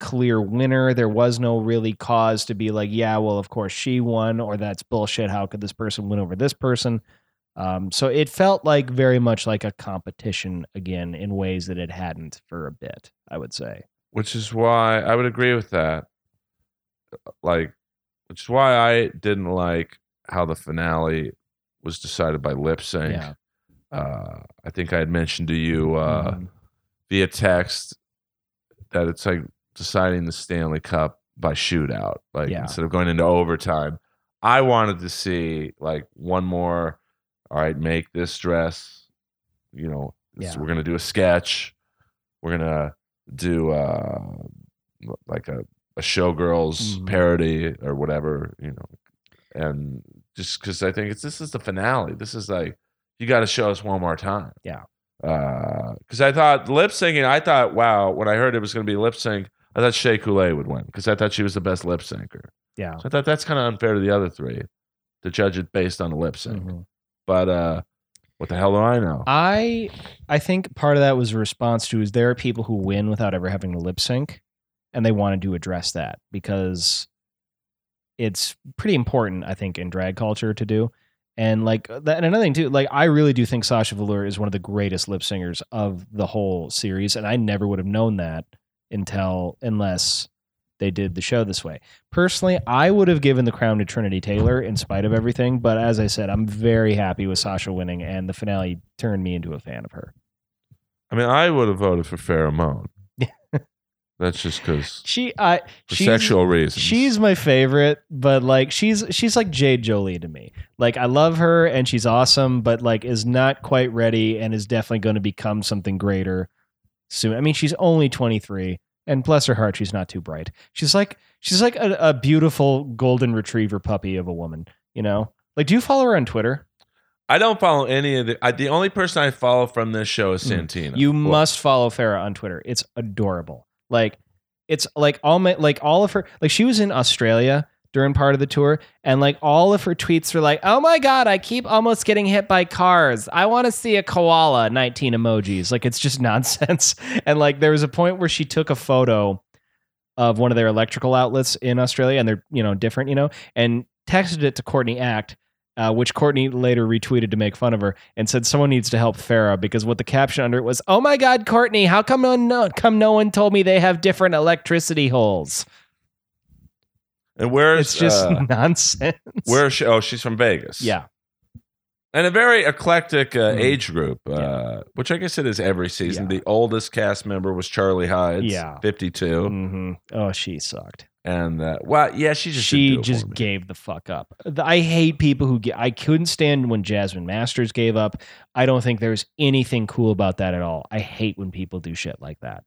B: clear winner there was no really cause to be like yeah well of course she won or that's bullshit how could this person win over this person um, so it felt like very much like a competition again in ways that it hadn't for a bit i would say
A: which is why i would agree with that Uh, like which is why i didn't like how the finale was decided by lip sync
B: Yeah.
A: uh i think i had mentioned to you uh
B: Mhm.
A: via text that it's like deciding the Stanley Cup by shootout, like
B: Yeah.
A: instead of going into overtime. I wanted to see like one more. All right, make this dress. You know, this-
B: Yeah.
A: we're gonna do a sketch. We're gonna do uh, like a, a showgirls
B: Mhm.
A: parody or whatever. You know, and just because I think it's this is the finale. This is like you got to show us one more time.
B: Yeah.
A: Because I thought lip syncing, I thought, wow, when I heard it was going to be lip sync, I thought Shea Coulee would win because I thought she was the best lip syncer.
B: yeah
A: So I thought that's kind of unfair to the other three to judge it based on a lip sync.
B: Mhm.
A: But uh, what the hell do I know?
B: I I think part of that was a response to is there are people who win without ever having to lip sync, and they wanted to address that because it's pretty important, I think, in drag culture to do. And like uh, that, and another thing too, like I really do think Sasha Velour is one of the greatest lip singers of the whole series, and I never would have known that until unless they did the show this way. Personally, I would have given the crown to Trinity Taylor in spite of everything, but as I said, I'm very happy with Sasha winning, and the finale turned me into a fan of her.
A: I mean, I would have voted for Pheromone. that's just because
B: She, I,
A: for
B: she's,
A: sexual reasons.
B: she's my favorite, but like she's she's like Jade Jolie to me. Like I love her and she's awesome, but like is not quite ready and is definitely going to become something greater soon. I mean, she's only 23, and bless her heart, she's not too bright. She's like she's like a, a beautiful golden retriever puppy of a woman. You know, like do you follow her on Twitter?
A: I don't follow any of the. I, the only person I follow from this show is
B: Mm.
A: Santino.
B: You
A: Well,
B: must follow Farah on Twitter. It's adorable. Like it's like all my like all of her like she was in Australia during part of the tour and like all of her tweets were like, "Oh my god, I keep almost getting hit by cars. I want to see a koala 19 emojis." Like it's just nonsense. And like there was a point where she took a photo of one of their electrical outlets in Australia and they're, you know, different, you know, and texted it to Courtney Act uh, which Courtney later retweeted to make fun of her and said someone needs to help Farah because what the caption under it was, "Oh my God, Courtney, how come no, no come no one told me they have different electricity holes?"
A: And where's
B: it's just
A: uh,
B: nonsense.
A: where is she? Oh, she's from Vegas.
B: Yeah.
A: and a very eclectic uh,
B: Mhm.
A: age group, uh,
B: Yeah.
A: which I guess it is every season.
B: Yeah.
A: The oldest cast member was Charlie Hyde,
B: Yeah.
A: fifty-two,
B: Mhm. Oh, she sucked.
A: and uh, well, yeah, she just
B: she
A: didn't do it for
B: just
A: me.
B: gave the fuck up. The- I hate people who get. I couldn't stand when Jasmine Masters gave up. I don't think there's anything cool about that at all. I hate when people do shit like that.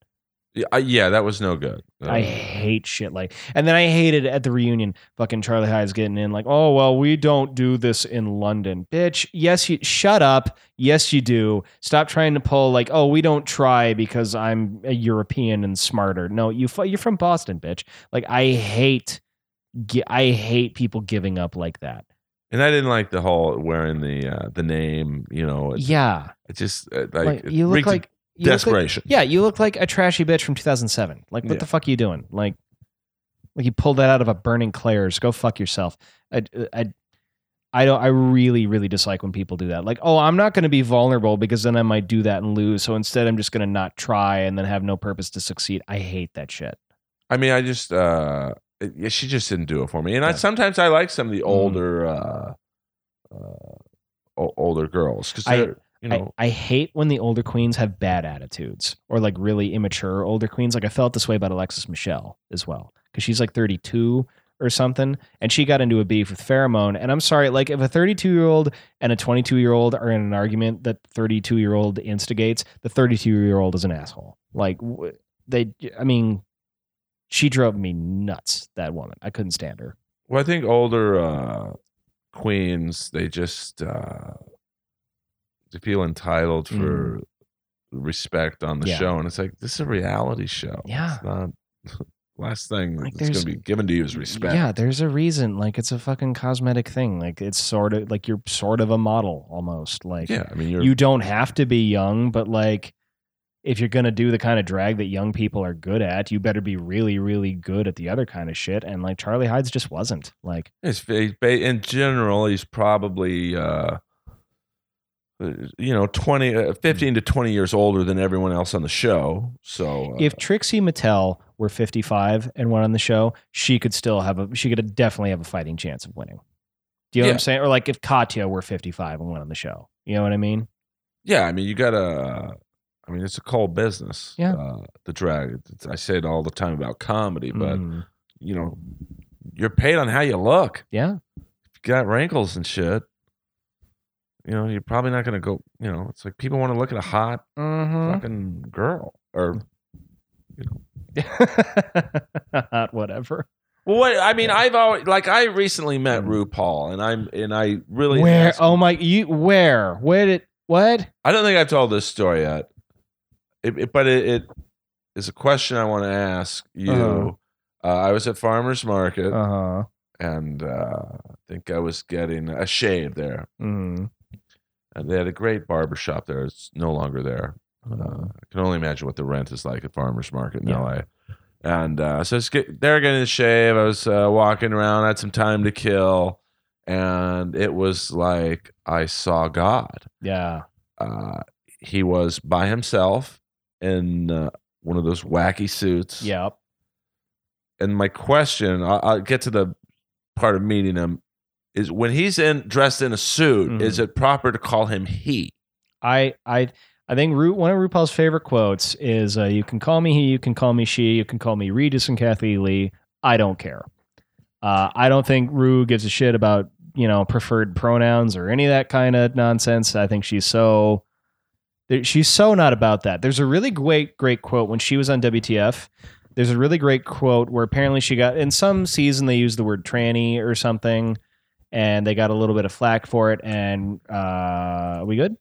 A: Yeah, uh, yeah, that was no good. Uh,
B: I hate shit like. And then I hated at the reunion. Fucking Charlie Hyde's getting in like, oh well, we don't do this in London, bitch. Yes, you shut up. Yes, you do. Stop trying to pull like, oh, we don't try because I'm a European and smarter. No, you fu- you're from Boston, bitch. Like I hate. gi- I hate people giving up like that.
A: and I didn't like the whole wearing the uh, the name. You know, it,
B: Yeah,
A: it just uh,
B: like,
A: like, it
B: you look
A: reeked of
B: like you look like-
A: desperation.
B: yeah, you look like a trashy bitch from 2007. Like, what
A: Yeah.
B: the fuck are you doing? Like, like you pulled that out of a burning Claire's. Go fuck yourself. I, I, I don't. I really, really dislike when people do that. Like, oh, I'm not going to be vulnerable because then I might do that and lose. So instead, I'm just going to not try and then have no purpose to succeed. I hate that shit.
A: I mean, I just uh, it- yeah, she just didn't do it for me. And I
B: Yeah.
A: sometimes I like some of the
B: Mm.
A: older uh, uh, o- older girls because
B: I-
A: they're you know
B: I, I hate when the older queens have bad attitudes or like really immature older queens. Like I felt this way about Alexis Michelle as well because she's like 32 or something and she got into a beef with pheromone and i'm sorry like if a 32 year old and a 22 year old are in an argument that 32 year old instigates the 32 year old is an asshole like wh- they i mean she drove me nuts that woman i couldn't stand her
A: Well, I think older uh, queens they just uh, they feel entitled for respect on the
B: Mm. Yeah.
A: show, and it's like this is a reality show.
B: Yeah.
A: it's not last thing
B: Like,
A: that's
B: there's-
A: going to be given to you is respect.
B: Yeah, there's a reason. Like it's a fucking cosmetic thing. Like it's sort of like you're sort of a model almost. Like
A: yeah. I mean, you're
B: you don't have to be young, but like if you're gonna do the kind of drag that young people are good at, you better be really, really good at the other kind of shit. And like Charlie Hyde's just wasn't. Like
A: It's ba- ba- in general, he's probably uh, uh, you know 20, uh, 15 to twenty years older than everyone else on the show. So uh,
B: if Trixie Mattel were 55 and went on the show, she could still have a she could definitely have a fighting chance of winning. Do you know what
A: Yeah.
B: I'm saying? Or like if Katya were 55 and went on the show, you know what I mean?
A: yeah, I mean, you gotta. uh, I mean, it's a cold business.
B: Yeah.
A: uh, the drag. It's- I say it all the time about comedy, but
B: Mm.
A: you know, you're paid on how you look.
B: yeah.
A: If you got wrinkles and shit. You know, you're probably not gonna go. You know, it's like people want to look at a hot
B: Mm-hmm.
A: fucking girl or
B: Not whatever.
A: Well, what I mean,
B: Yeah.
A: I've always like I recently met
B: Mm.
A: RuPaul, and I'm and I really
B: Where?
A: asked-
B: Oh my! You where? Where did what?
A: I don't think I've told this story yet, it, it- but it, it is a question I want to ask you.
B: Uh-huh.
A: Uh, I was at farmers market,
B: Uh huh.
A: and uh, I think I was getting a shave there,
B: Mm.
A: and they had a great barber shop there. It's no longer there. Uh, I can only imagine what the rent is like at farmers market in
B: Yeah.
A: LA. And uh, so I was get, there getting a shave. I was uh, walking around, I had some time to kill, and it was like I saw God.
B: Yeah.
A: Uh, he was by himself in uh, one of those wacky suits.
B: Yep.
A: And my question, I'll, I'll get to the part of meeting him, is when he's in dressed in a suit,
B: Mhm.
A: is it proper to call him he?
B: I I I think Ru, one of RuPaul's favorite quotes is, uh, "You can call me he, you can call me she, you can call me Regis and Kathy Lee. I don't care." Uh, I don't think Rue gives a shit about you know preferred pronouns or any of that kind of nonsense. I think she's so there- she's so not about that. There's a really great great quote when she was on WTF. There's a really great quote where apparently she got in some season they used the word tranny or something, and they got a little bit of flack for it. And uh, are we good?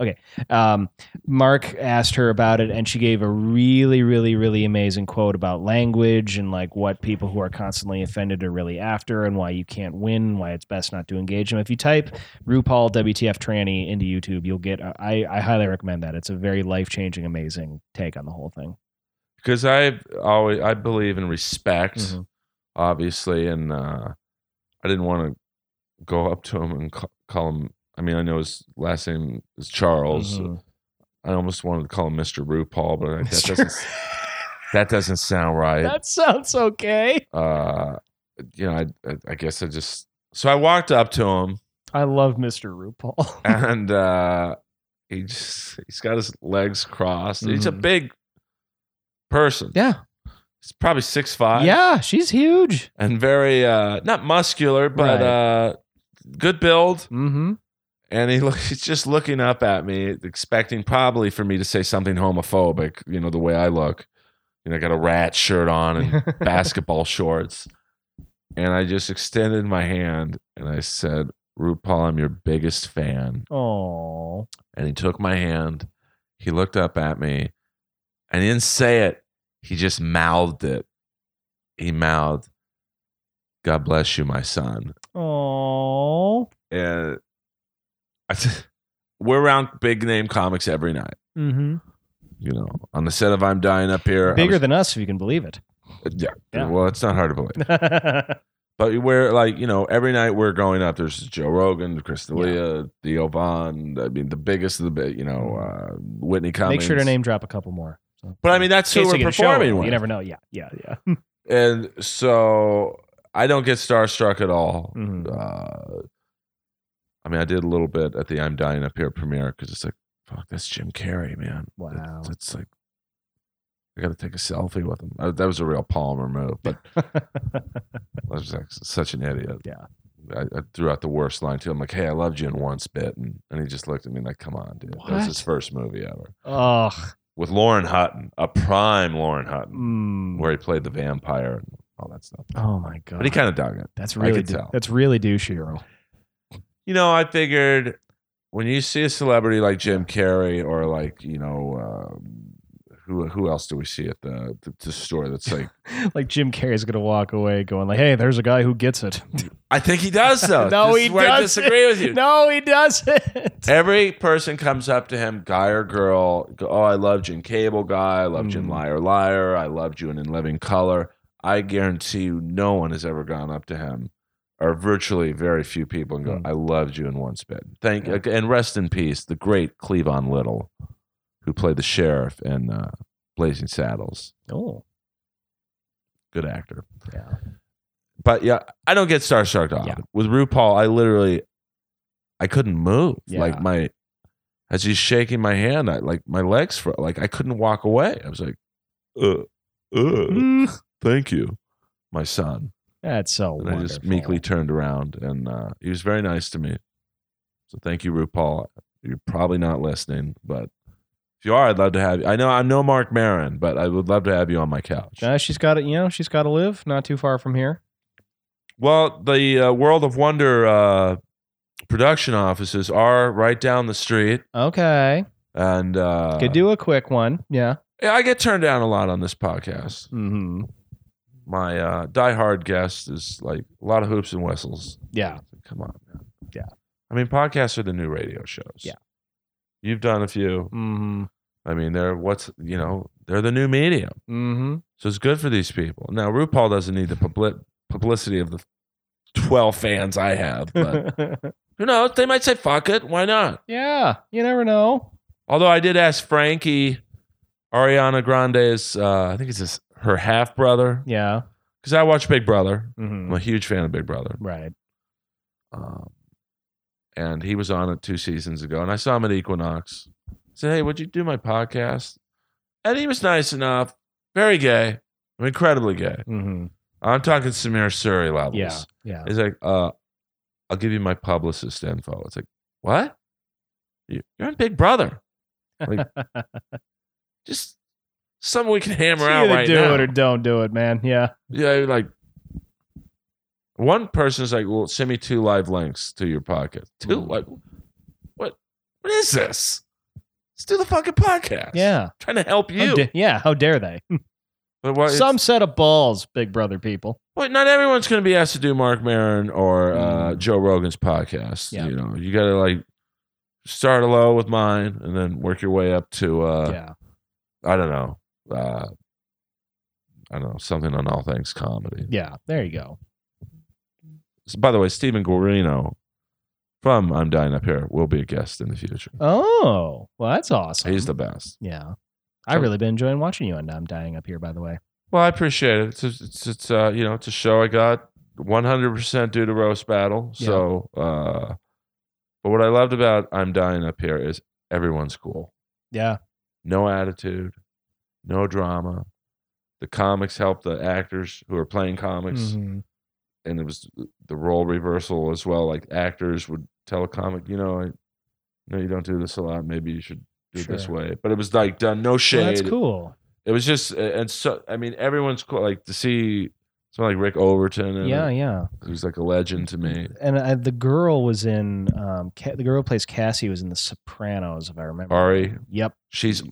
B: Okay. Um, Mark asked her about it, and she gave a really, really, really amazing quote about language and like what people who are constantly offended are really after, and why you can't win, why it's best not to engage them. If you type RuPaul WTF tranny into YouTube, you'll get. uh, I I highly recommend that. It's a very life changing, amazing take on the whole thing.
A: Because I've always I believe in respect.
B: Mm-hmm.
A: obviously, and uh, I didn't want to go up to him and ca- call him. I mean, I know his last name is Charles.
B: Mhm.
A: I almost wanted to call him Mr. RuPaul, but like, that
B: Mr.
A: doesn't that doesn't sound right.
B: that sounds okay.
A: Uh, you know, I, I, I guess I just. So I walked up to him
B: I love Mr. RuPaul.
A: and uh, he just, he's got his legs crossed. He's a
B: Mhm.
A: big person.
B: yeah.
A: He's probably six five.
B: yeah, she's huge.
A: and very uh, not muscular, but
B: Right.
A: uh, good build.
B: Mm-hmm.
A: And he look, he's just looking up at me, expecting probably for me to say something homophobic. You know the way I look. You know, I got a rat shirt on and basketball shorts. And I just extended my hand and I said, RuPaul, I'm your biggest fan.
B: Oh.
A: And he took my hand. He looked up at me and he didn't say it. He just mouthed it. He mouthed, God bless you, my son.
B: Oh.
A: And I said, we're around big name comics every night,
B: Mm-hmm.
A: you know, on the set of I'm Dying Up Here. I
B: Bigger
A: was-
B: than us, if you can believe it.
A: yeah.
B: Yeah.
A: Well, it's not hard to believe. But we're like, you know, every night we're going up. There's Joe Rogan, Chris D'Elia, Theo Vaughn. I mean, the biggest of the big, you know, uh, Whitney Cummings.
B: Make sure to name drop a couple more. So-
A: But I mean, that's
B: In
A: who
B: case
A: we're
B: they get a show,
A: performing with.
B: You never know. Yeah, yeah, yeah.
A: and so I don't get starstruck at all.
B: Mhm.
A: Uh, I mean, I did a little bit at the I'm Dying Up Here premiere because it's like, fuck, that's Jim Carrey, man. That-
B: Wow.
A: that's like, I got to take a selfie with him. Uh, that was a real Palmer move, but I was like such an idiot.
B: Yeah.
A: I, I threw out the worst line to him, like, "Hey, I loved you in one spit," and, and he just looked at me like, "Come on, dude." That was his
B: What?
A: first movie ever
B: Ugh.
A: with Lauren Hutton, a prime Lauren Hutton,
B: Mm.
A: where he played the vampire and all that stuff.
B: Oh my god.
A: But he kind of dug it.
B: that's
A: I
B: really
A: could
B: dou-
A: tell.
B: that's really douchey.
A: You know, I figured when you see a celebrity like Jim Carrey or like you know, uh, who who else do we see at the the, the store? That's like,
B: Like Jim Carrey's gonna walk away going like, "Hey, there's a guy who gets it."
A: I think he does though.
B: No,
A: This
B: he
A: is where I
B: doesn't.
A: disagree with you.
B: no, he doesn't.
A: Every person comes up to him, guy or girl. go, Oh, I love Jim Cable Guy. I love Jim
B: Mhm.
A: Liar Liar. I loved you in In Living Color. I guarantee you, no one has ever gone up to him, or virtually very few people, and go,
B: Mm.
A: "I loved you in One Spit." Thank
B: Yeah.
A: and rest in peace, the great Cleavon Little, who played the sheriff in uh, Blazing Saddles.
B: Oh.
A: Good actor.
B: Yeah.
A: But yeah, I don't get starstruck often.
B: Yeah.
A: With RuPaul, I literally, I couldn't move.
B: Yeah.
A: Like my, as he's shaking my hand, I like my legs fro like I couldn't walk away. I was like, uh, uh,
B: Mm.
A: thank you, my son.
B: That's so
A: And
B: wonderful.
A: I just meekly turned around, and uh, he was very nice to me. So thank you, RuPaul. You're probably not listening, but if you are, I'd love to have you. I know I'm no Mark Maron, but I would love to have you on my couch.
B: Uh, she's got it. You know, she's got to live not too far from here.
A: Well, the uh, World of Wonder uh, production offices are right down the street,
B: Okay,
A: and uh,
B: could do a quick one. Yeah.
A: Yeah, I get turned down a lot on this podcast.
B: Mm-hmm.
A: My uh, diehard guest is like a lot of hoops and whistles.
B: Yeah.
A: Come on, man.
B: Yeah.
A: I mean, podcasts are the new radio shows.
B: Yeah.
A: you've done a few.
B: Mm-hmm.
A: I mean, they're what's you know they're the new medium,
B: Mm-hmm.
A: so it's good for these people. Now, RuPaul doesn't need the publi- publicity of the twelve fans I have, but who knows? They might say, "Fuck it, why not?"
B: yeah. You never know.
A: Although I did ask Frankie, Ariana Grande's, uh, I think it's his, her half brother,
B: Yeah.
A: because I watch Big Brother. I'm
B: Mm-hmm.
A: a huge fan of Big Brother.
B: Right.
A: Um, and he was on it two seasons ago, and I saw him at Equinox. I said, Hey, would you do my podcast? And he was nice enough, very gay, I'm incredibly gay.
B: Mm-hmm.
A: I'm talking Samir Suri levels.
B: Yeah. Yeah.
A: He's like, uh, I'll give you my publicist info. It's like, What? You- You're on Big Brother. Just something we can hammer
B: It's
A: out
B: either
A: right
B: do
A: now.
B: it or don't do it, man. Yeah.
A: Yeah, you're like one person's like, "Well, send me two live links to your podcast." Two,
B: Mm.
A: like, what? What is this? Let's do the fucking podcast.
B: Yeah.
A: trying to help
B: How
A: you.
B: da- yeah. How dare they?
A: but what,
B: Some
A: some,
B: set of balls, Big Brother people.
A: but not everyone's going to be asked to do Mark Maron or uh,
B: Mm.
A: Joe Rogan's podcast.
B: Yeah.
A: You know, you got to like start low with mine and then work your way up to uh,
B: yeah.
A: I don't know, uh, I don't know something on all things comedy.
B: Yeah. There you go.
A: So, by the way, Stephen Guarino from I'm Dying Up Here will be a guest in the future.
B: Oh, well, that's awesome.
A: He's the best.
B: yeah. I've really been enjoying watching you, and I'm dying up here, by the way.
A: Well, I appreciate it. It's, it's, it's uh, you know, it's a show I got 100% due to roast battle.
B: Yeah.
A: So, uh, but what I loved about I'm Dying Up Here is everyone's cool.
B: Yeah.
A: No attitude, no drama. The comics help the actors who are playing comics,
B: Mhm.
A: and it was the role reversal as well. Like actors would tell a comic, you know, I know you don't do this a lot. Maybe you should do it this
B: Sure.
A: way. But it was like done no
B: Well,
A: shade.
B: that's cool.
A: It was just and so I mean everyone's cool. Like to see someone like Rick Overton, and
B: Yeah, yeah.
A: who's like a legend to me.
B: And uh, the girl was in um, Ca- the girl who plays Cassie was in The Sopranos, if I remember.
A: Ari,
B: Yep.
A: she's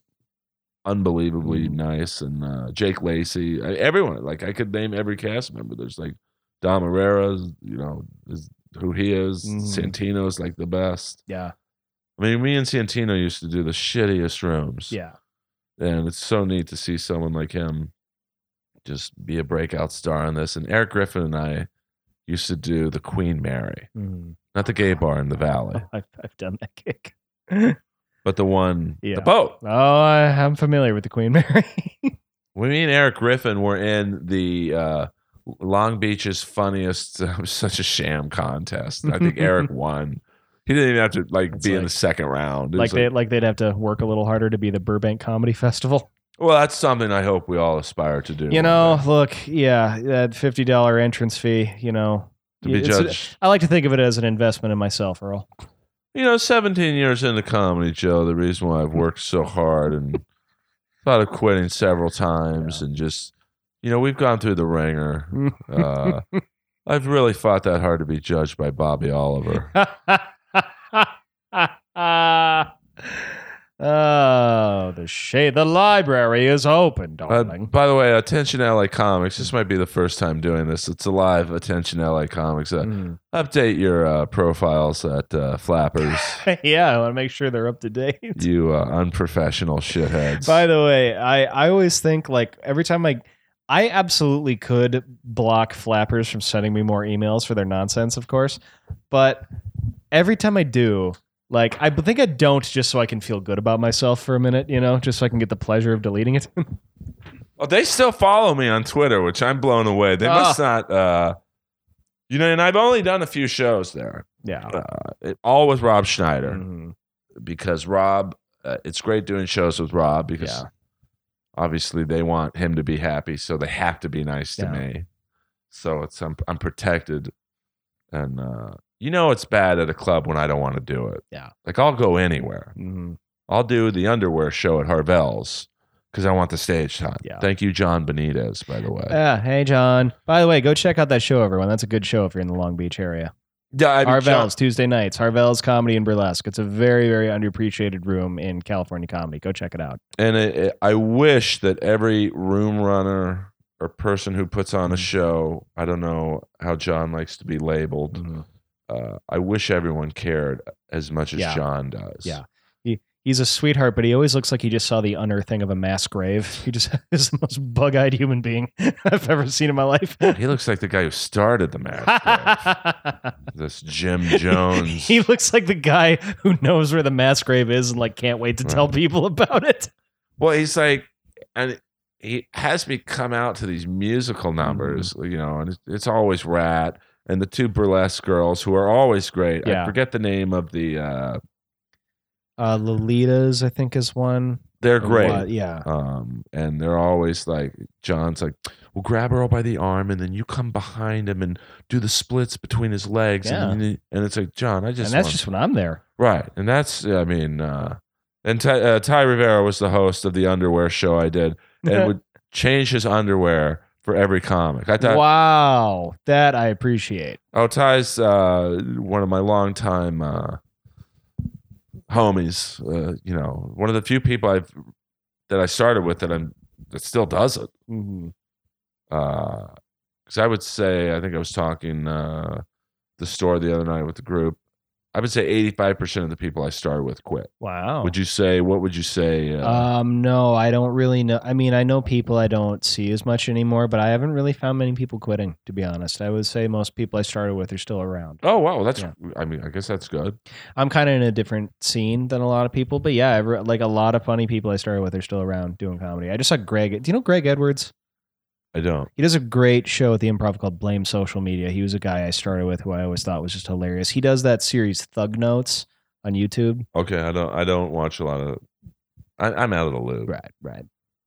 A: unbelievably nice, and uh, Jake Lacey, I, everyone. Like I could name every cast member. There's like Dom Herrera, you know, is who he is.
B: Mhm.
A: Santino's like the best.
B: Yeah.
A: I mean, me and Santino used to do the shittiest rooms.
B: Yeah.
A: and it's so neat to see someone like him just be a breakout star on this. And Eric Griffin and I used to do the Queen Mary,
B: Mm.
A: not the gay bar in the
B: Oh,
A: Valley,
B: I've, I've done that kick.
A: but the one,
B: Yeah.
A: the boat.
B: Oh, I, I'm familiar with the Queen Mary.
A: We mean Eric Griffin were in the uh, Long Beach's funniest, such a sham contest. I think Eric won. He didn't even have to like
B: It's
A: be in
B: like-
A: the second round. It
B: like
A: was
B: they like they'd have to work a little harder to be the Burbank Comedy Festival.
A: well, that's something I hope we all aspire to do.
B: You know, look, yeah, that fifty dollar entrance fee. You know,
A: to be
B: it's-
A: judged.
B: I like to think of it as an investment in myself, Earl.
A: you know, 17 years into comedy, Joe, the reason why I've worked so hard and thought of quitting several times and just, you know, we've gone through the ringer. Uh, I've really fought that hard to be judged by Bobby Oliver.
B: oh, the shade. The library is open,
A: Uh,
B: darling.
A: by the way, Attention LA Comics, this might be the first time doing this. It's a live Attention LA Comics. Uh,
B: Mm.
A: update your uh, profiles at uh, Flappers,
B: yeah, I want to make sure they're up to date.
A: you uh, unprofessional shitheads.
B: By the way, I I always think like every time I I absolutely could block flappers from sending me more emails for their nonsense, of course, but every time I do, like I think I don't just so I can feel good about myself for a minute, you know, just so I can get the pleasure of deleting it.
A: Oh, they still follow me on Twitter, which I'm blown away.
B: Ah.
A: They must not, uh, you know. And I've only done a few shows there,
B: yeah.
A: it, all with Rob Schneider,
B: Mhm.
A: because Rob. Uh, it's great doing shows with Rob because
B: Yeah.
A: obviously they want him to be happy, so they have to be nice to
B: Yeah.
A: me. So it's I'm, I'm protected, and uh, you know it's bad at a club when I don't want to do it.
B: Yeah.
A: like I'll go anywhere.
B: Mhm.
A: I'll do the underwear show at Harvell's because I want the stage time.
B: Yeah.
A: Thank you, John Benitez, by the way.
B: Yeah. Ah, Hey, John. By the way, go check out that show, everyone. That's a good show if you're in the Long Beach area.
A: Yeah, I mean, John-
B: Harvell's Tuesday nights. Harvell's Comedy and Burlesque. It's a very, very underappreciated room in California comedy. Go check it out.
A: and it, it- I wish that every room runner or person who puts on
B: Mm-hmm.
A: a show, I don't know how John likes to be labeled. Uh, I wish everyone cared as much as
B: Yeah.
A: John does.
B: Yeah. He's a sweetheart, but he always looks like he just saw the unearthing of a mass grave. He just is the most bug-eyed human being I've ever seen in my life.
A: He looks like the guy who started the mask. this Jim Jones.
B: he looks like the guy who knows where the mass grave is and like can't wait to tell people about it.
A: well, he's like, and he has me come out to these musical numbers,
B: Mm-hmm.
A: you know, and it's, it's always Rat and the two burlesque girls who are always great. I
B: Yeah.
A: forget the name of the. Uh,
B: Uh, Lolita's, I think, is one.
A: they're great.
B: Uh, yeah.
A: Um, and they're always like, John's like, well, grab Earl by the arm and then you come behind him and do the splits between his legs. And, and it's like, John, I just,
B: and that's
A: want-"
B: just when I'm there.
A: right. And that's, I mean, uh, and Ty, uh, Ty Rivera was the host of the underwear show I did and would change his underwear for every comic. I thought,
B: wow, that I appreciate.
A: oh, Ty's uh, one of my longtime uh, homies, uh, you know, one of the few people I've that I started with that I'm that still does it.
B: Mhm.
A: because Uh, I would say I think I was talking uh, the store the other night with the group. I would say eighty five percent of the people I started with quit.
B: Wow.
A: Would you say what would you say? Uh,
B: Um, no, I don't really know. I mean, I know people I don't see as much anymore, but I haven't really found many people quitting, to be honest. I would say most people I started with are still around.
A: oh wow, that's
B: yeah.
A: I mean I guess that's good.
B: I'm kind of in a different scene than a lot of people, but yeah, I re- like a lot of funny people I started with are still around doing comedy. I just saw Greg. Do you know Greg Edwards?
A: I don't.
B: He does a great show at the improv called Blame Social Media. He was a guy I started with who I always thought was just hilarious. He does that series Thug Notes on YouTube.
A: Okay, I don't. I don't watch a lot of. I, I'm out of the loop.
B: Right, right.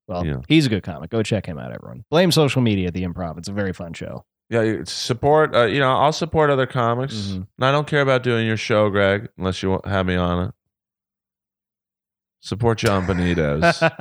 B: Well,
A: Yeah.
B: he's a good comic. Go check him out, everyone. Blame Social Media at the improv. It's a very fun show.
A: Yeah, you- support. Uh, you know, I'll support other comics,
B: Mhm.
A: and I don't care about doing your show, Greg, unless you have me on it. Support John Benitez.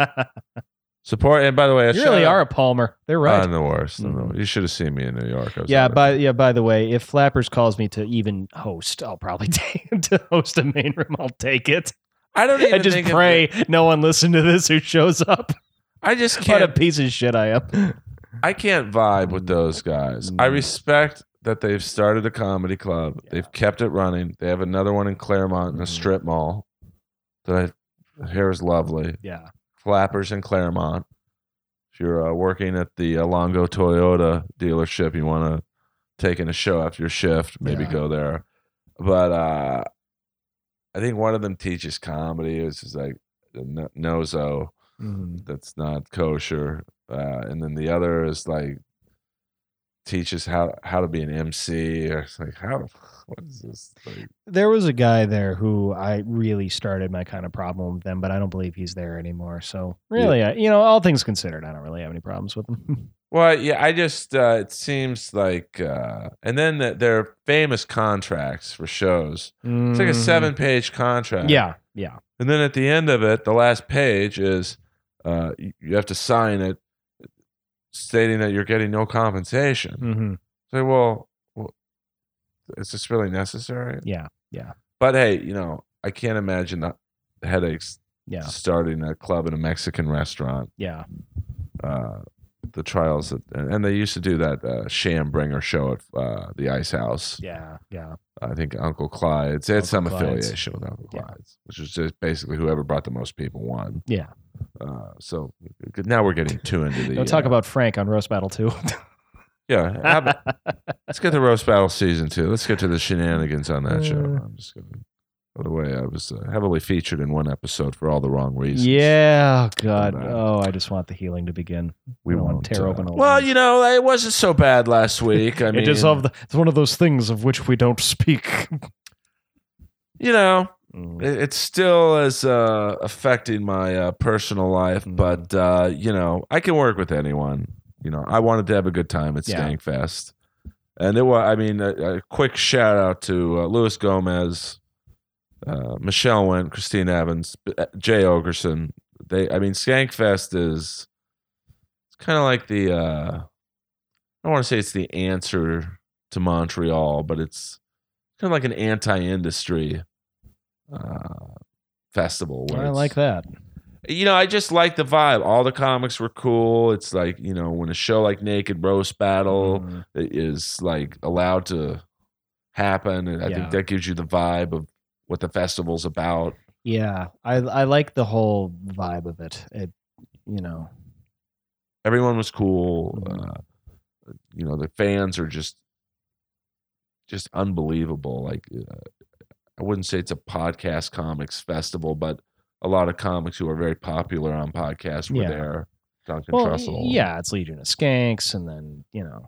A: support, and by the way, a
B: you really
A: shout out-
B: are a Palmer. They're right.
A: Uh, I'm the worst. I'm the
B: Mhm.
A: worst. You should have seen me in New York. I was
B: yeah,
A: having-
B: by yeah. By the way, if Flappers calls me to even host, I'll probably take to host a main room. I'll take it.
A: I don't even
B: I just
A: think it-
B: pray no one listen to this who shows up.
A: I just
B: What a
A: can't.
B: piece of shit I am.
A: I can't vibe with those guys. I respect that they've started a comedy club.
B: Mm. Yeah.
A: They've kept it running. They have another one in Claremont in a
B: Mhm.
A: strip mall that I hear is lovely.
B: Yeah,
A: Flappers in Claremont. If you're uh, working at the Alongo Toyota dealership, you want to take in a show after your shift, maybe
B: Yeah.
A: go there. But uh, I think one of them teaches comedy. It's just like a no- nozo that's not kosher, uh, and then the other is like teaches how how to be an MC or it's like how what is this? Like,
B: there was a guy there who I really started my kind of problem with them, but I don't believe he's there anymore. So really, I, you know, all things considered, I don't really have any problems with him.
A: Well, yeah, I just uh, it seems like, uh, and then the, their famous contracts for shows. It's like a seven-page contract.
B: Mm-hmm. Mm, Yeah, yeah.
A: and then at the end of it, the last page is uh, you, you have to sign it, stating that you're getting no compensation.
B: hmm
A: Say, well, well, is this really necessary?
B: Yeah, yeah.
A: But hey, you know, I can't imagine the headaches
B: Yeah,
A: starting a club in a Mexican restaurant.
B: yeah.
A: uh, the trials that, and, and they used to do that uh, sham bringer show at uh, the ice house
B: Yeah, yeah.
A: i think uncle clyde's they had
B: Uncle
A: some
B: Clyde's.
A: affiliation with uncle
B: Yeah.
A: clyde's which was just basically whoever brought the most people won
B: Yeah.
A: uh, so now we're getting too into the
B: Don't talk
A: uh,
B: about Frank on Roast Battle too.
A: yeah have- let's get to roast battle season two let's get to the shenanigans on that show
B: Uh.
A: i'm just gonna by the way i was uh, heavily featured in one episode for all the wrong reasons
B: yeah, oh, God.
A: Don't matter.
B: Oh, I just want the healing to begin.
A: we
B: I wanna
A: won't uh,
B: tear open a
A: well
B: wound.
A: you know it wasn't so bad last week i mean
B: it is of the, it's one of those things of which we don't speak.
A: you know It, it still is uh, affecting my uh, personal life,
B: Mm.
A: but uh, you know, I can work with anyone. You know, I wanted to have a good time at
B: Yeah.
A: Stang Fest, and it was. I mean, a, a quick shout out to uh, Luis Gomez, uh, Michelle Went, Christine Evans, B- uh, Jay Ogerson. They, I mean, Skankfest is it's kind of like the. Uh, I don't want to say it's the answer to Montreal, but it's kind of like an anti-industry uh, festival. where
B: I
A: it's-
B: like that.
A: you know, I just like the vibe. All the comics were cool. It's like, you know, when a show like Naked Roast Battle
B: Mm.
A: is like allowed to happen, and I
B: Yeah.
A: think that gives you the vibe of what the festival's about.
B: Yeah, I I like the whole vibe of it. It, you know,
A: Everyone was cool.
B: Mhm.
A: Uh, you know, the fans are just just unbelievable. Like uh, I wouldn't say it's a podcast comics festival, but a lot of comics who are very popular on podcasts were
B: Yeah.
A: there. Duncan
B: well,
A: Trussell.
B: yeah, it's Legion of Skanks, and then you know,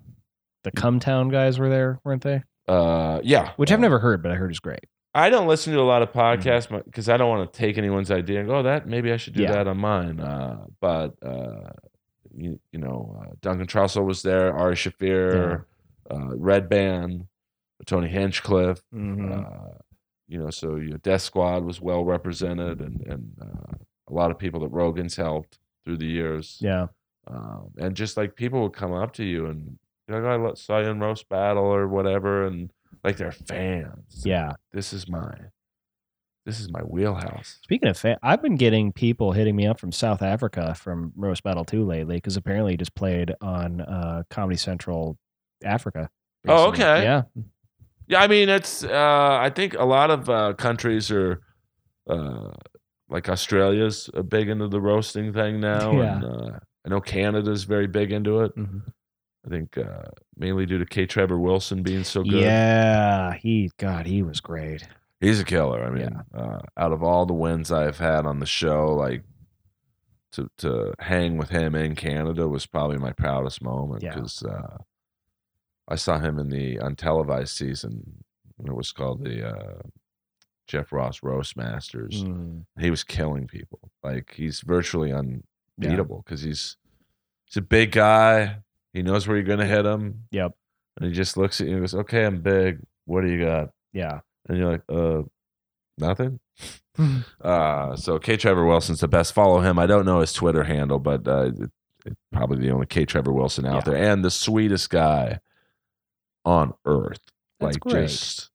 B: the Cumtown guys were there, weren't they?
A: Uh, yeah.
B: Which I've
A: Uh,
B: never heard, but I heard is great.
A: I don't listen to a lot of
B: Mm-hmm.
A: podcasts because I don't want to take anyone's idea and go, oh, that maybe I should do
B: Yeah.
A: that on mine. Uh, but uh, you, you know, uh, Duncan Trussell was there, Ari Shafir, uh, Red Band, Tony Hinchcliffe.
B: Mm-hmm.
A: Uh, you know, so your Death Squad was well represented, and and uh, a lot of people that Rogan's helped through the years.
B: yeah,
A: Um, and just like people would come up to you and you're like, "Oh, I lo- saw you in roast battle or whatever, and like they're fans.
B: yeah.
A: this is my this is my wheelhouse.
B: Speaking of, fa- I've been getting people hitting me up from South Africa from Roast Battle Two lately because apparently he just played on uh, Comedy Central Africa.
A: Oh,
B: recently.
A: okay.
B: Yeah,
A: Yeah, I mean it's. Uh, I think a lot of uh, countries are, uh, like Australia's uh, big into the roasting thing now, and uh, I know Canada's very big into it. I think uh, mainly due to K. Trevor Wilson being so good.
B: yeah. He, God, he was great.
A: He's a killer. I mean, uh, out of all the wins I've had on the show, like to to hang with him in Canada was probably my proudest moment
B: Yeah.
A: because uh, I saw him in the untelevised season. It was called the uh, Jeff Ross Roast Masters.
B: Mm.
A: He was killing people. Like he's virtually
B: Yeah.
A: unbeatable because he's he's a big guy. He knows where you're gonna hit him.
B: Yep.
A: And he just looks at you and goes, "Okay, I'm big. What do you got?"
B: Yeah.
A: And you're like, "Uh, nothing."
B: Hmm.
A: Uh, so K. Trevor Wilson's the best. Follow him. I don't know his Twitter handle, but uh, it, it, probably the only K. Trevor Wilson out
B: Yeah.
A: there, and the sweetest guy on earth.
B: That's
A: like
B: great.
A: just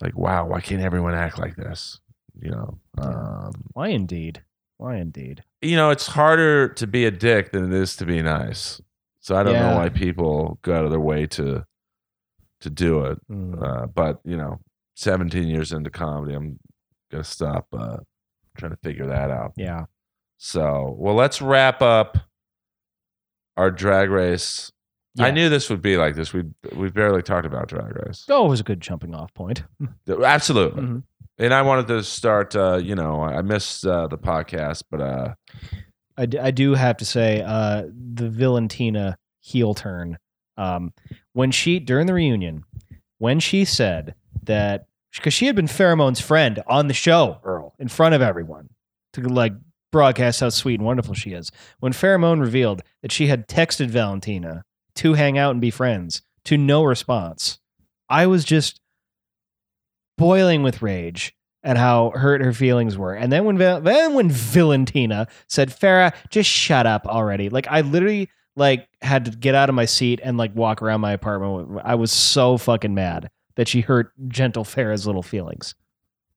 A: like wow, why can't everyone act like this? You know,
B: Yeah.
A: um,
B: Why indeed? Why indeed?
A: you know, it's harder to be a dick than it is to be nice. So I don't
B: Yeah.
A: know why people go out of their way to to do it.
B: Mm.
A: Uh, but you know, 17 years into comedy, I'm gonna stop uh, trying to figure that out.
B: Yeah.
A: So, well, let's wrap up our drag race. I
B: Yeah.
A: knew this would be like this. We we barely talked about drag race.
B: Oh, it was a good jumping off point.
A: Absolutely.
B: Mhm.
A: And I wanted to start. Uh, you know, I I missed uh, the podcast, but uh,
B: I, d- I do have to say, uh, the Valentina heel turn. Um, when she during the reunion, when she said that because she had been Pheromone's friend on the show, Earl, in front of everyone to like broadcast how sweet and wonderful she is. When Pheromone revealed that she had texted Valentina to hang out and be friends, to no response, I was just boiling with rage at how hurt her feelings were. And then when Val- then when Valentina said, "Farah, just shut up already," like I literally like had to get out of my seat and like walk around my apartment. I was so fucking mad that she hurt gentle Farah's little feelings.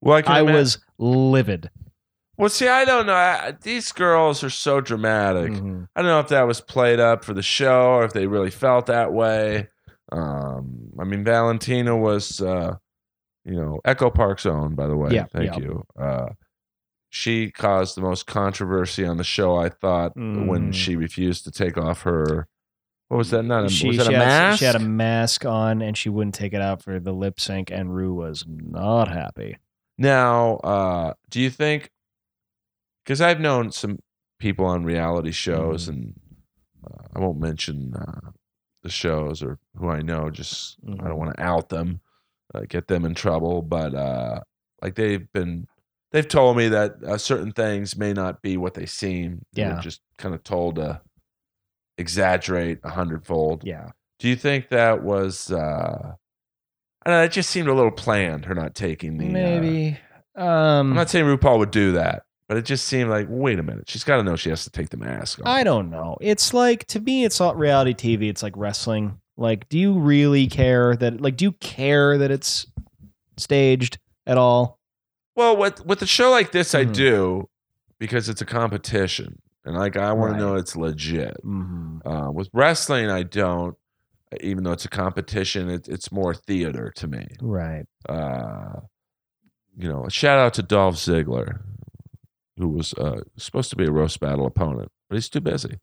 A: well, I, can
B: I
A: ima-
B: was livid.
A: Well, see, I don't know. I, these girls are so dramatic.
B: Mhm.
A: I don't know if that was played up for the show or if they really felt that way. Um, I mean, Valentina was, uh, you know, Echo Park's own, by the way.
B: Yeah,
A: Thank
B: yeah.
A: you. Uh, she caused the most controversy on the show, I thought, when
B: Mm.
A: she refused to take off her. What was that? Not a,
B: She,
A: was that
B: she
A: a
B: had,
A: mask?
B: she had a mask on and she wouldn't take it out for the lip sync, and Rue was not happy.
A: Now, uh, do you think? Because I've known some people on reality shows,
B: Mhm.
A: and uh, I won't mention uh, the shows or who I know. Just I
B: Mhm.
A: don't want to out them, uh, get them in trouble. But uh, like they've been, they've told me that uh, certain things may not be what they seem. They're
B: Yeah.
A: just kind of told to exaggerate a hundredfold.
B: Yeah.
A: Do you think that was? Uh, I don't know. It just seemed a little planned. Her not taking the uh,
B: Maybe. Um,
A: I'm not saying RuPaul would do that, but it just seemed like, wait a minute, she's got to know she has to take the mask off.
B: I don't know. It's like to me, it's not reality TV. It's like wrestling. Like, do you really care that? Like, do you care that it's staged at all?
A: well, with with a show like this, I
B: Mhm.
A: do because it's a competition, and like I want
B: Right.
A: to know it's legit.
B: Mm-hmm.
A: Uh, with wrestling, I don't, even though it's a competition, it, it's more theater to me.
B: Right.
A: Uh, you know, a shout out to Dolph Ziggler, who was uh, supposed to be a roast battle opponent, but he's too busy.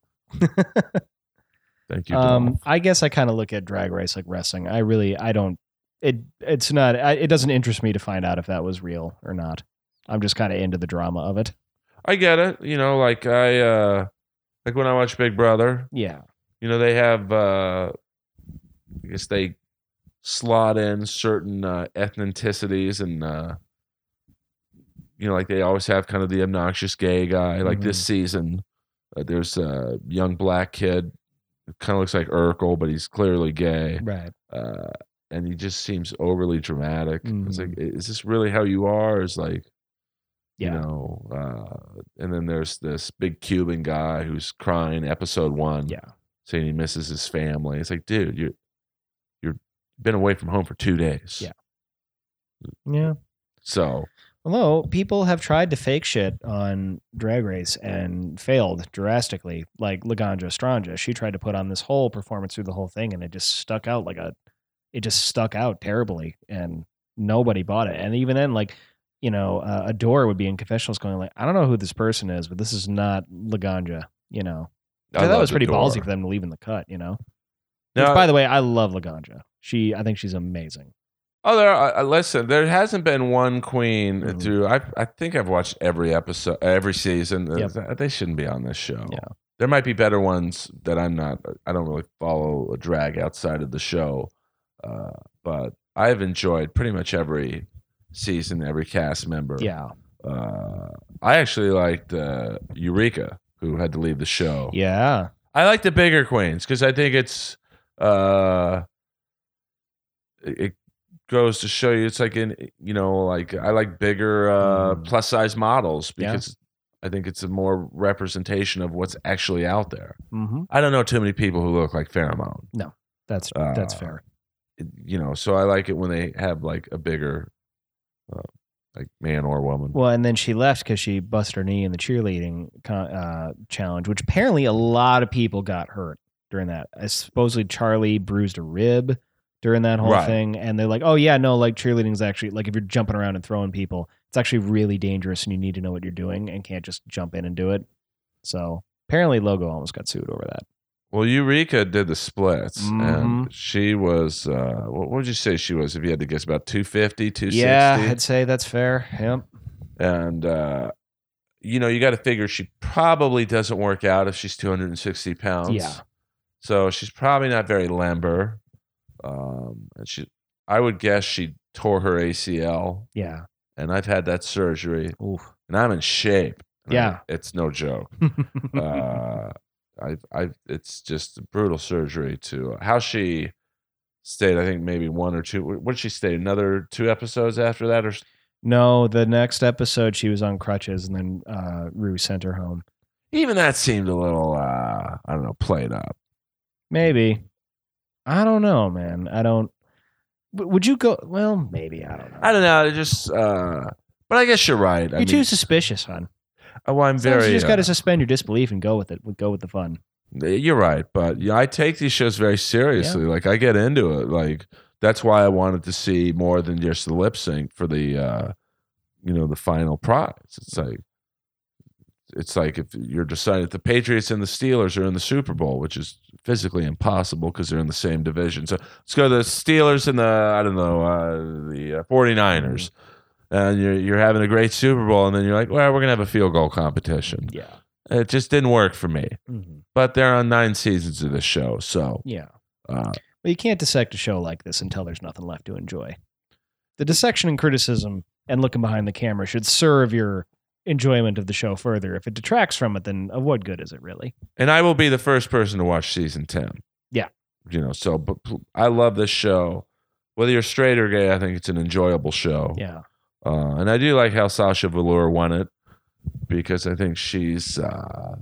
A: Thank you. Dolph.
B: Um, I guess I kind of look at drag race like wrestling. I really, I don't. It it's not. I, it doesn't interest me to find out if that was real or not. I'm just kind of into the drama of it.
A: I get it. You know, like I uh like when I watch Big Brother,
B: Yeah.
A: you know, they have uh I guess they slot in certain uh ethnicities and uh you know, like they always have kind of the obnoxious gay guy. Like this season, uh, there's a young black kid, kind of looks like Urkel, but he's clearly gay,
B: Right.
A: uh, and he just seems overly dramatic. It's
B: Mhm.
A: like, is this really how you are? Is like,
B: Yeah.
A: you know uh, and then there's this big cuban guy who's crying episode one
B: Yeah.
A: saying he misses his family it's like dude you're you're been away from home for two days
B: Yeah. Yeah.
A: so
B: Although people have tried to fake shit on Drag Race and failed drastically, like Laganja Stranja, she tried to put on this whole performance through the whole thing, and it just stuck out like a, it just stuck out terribly, and nobody bought it. And even then, like, you know, uh, Adora would be in confessionals going like, I don't know who this person is, but this is not Laganja. You know,
A: I
B: So that
A: love
B: was
A: the
B: pretty
A: door.
B: ballsy for them to leave in the cut. You know,
A: no,
B: Which, by the way, I love Laganja. She, I think she's amazing.
A: Oh, there. Are, uh, listen, there hasn't been one queen
B: Mhm.
A: through. I I think I've watched every episode, every season. Uh,
B: Yep.
A: Th- They shouldn't be on this show.
B: Yeah.
A: There might be better ones that I'm not. uh, I don't really follow a drag outside of the show, uh, but I've enjoyed pretty much every season, every cast member.
B: Yeah.
A: Uh, I actually liked uh, Eureka, who had to leave the show.
B: Yeah.
A: I like the bigger queens because I think it's uh it it goes to show you it's like in you know like I like bigger uh
B: Mm.
A: plus size models
B: Yeah.
A: because I think it's a more representation of what's actually out there.
B: hmm
A: I don't know too many people who look like pheromone.
B: That's
A: Uh,
B: that's fair.
A: You know, so I like it when they have like a bigger uh, like man or woman.
B: Well, and then she left because she busted her knee in the cheerleading co- uh, challenge, which apparently a lot of people got hurt during that. I supposedly Charlie bruised a rib during that whole
A: Right.
B: thing, and they're like, "Oh yeah, no, like cheerleading is actually like if you're jumping around and throwing people, it's actually really dangerous, and you need to know what you're doing and can't just jump in and do it." So apparently, Logo almost got sued over that.
A: Well, Eureka did the splits,
B: Mhm.
A: and she was. Uh, what what would you say she was? If you had to guess, about 250, 260?
B: Yeah, I'd say that's fair. Yep.
A: and uh, you know you got to figure she probably doesn't work out if she's 260 pounds
B: Yeah.
A: so she's probably not very limber um, and she i would guess she tore her acl
B: Yeah.
A: and i've had that surgery
B: Oof.
A: and i'm in shape And
B: Yeah.
A: it's no joke uh, I, I, it's just brutal surgery to uh, how she stayed. I think maybe one or two. What did she stay? Another two episodes after that, or
B: No, the next episode she was on crutches, and then uh, Rue sent her home.
A: even that seemed a little. Uh, I don't know, played up.
B: Maybe. I don't know, man. I don't. W- Would you go? Well, maybe I don't know.
A: I don't know. It just, uh, but I guess you're right. I
B: You're too suspicious, hon.
A: oh, well, I'm
B: Sometimes
A: very.
B: you just got to
A: uh,
B: suspend your disbelief and go with it. Go with the fun.
A: you're right, but yeah, I take these shows very seriously. Like I get into it. Like that's why I wanted to see more than just the lip sync for the, uh, you know, the final prize. It's like. It's like if you're deciding if the Patriots and the Steelers are in the Super Bowl, which is physically impossible because they're in the same division. So let's go to the Steelers and the I don't know uh, the uh, 49ers, and you're you're having a great Super Bowl, and then you're like, well, we're gonna have a field goal competition.
B: Yeah.
A: It just didn't work for me.
B: hmm
A: But they're on nine seasons of this show, so
B: Yeah.
A: uh,
B: Well, you can't dissect a show like this until there's nothing left to enjoy. The dissection and criticism and looking behind the camera should serve your enjoyment of the show further. If it detracts from it, then of what good is it really?
A: and I will be the first person to watch season ten.
B: Yeah.
A: you know. So, but pl- I love this show. Whether you're straight or gay, I think it's an enjoyable show.
B: Yeah.
A: Uh, and I do like how Sasha Velour won it because I think she's uh,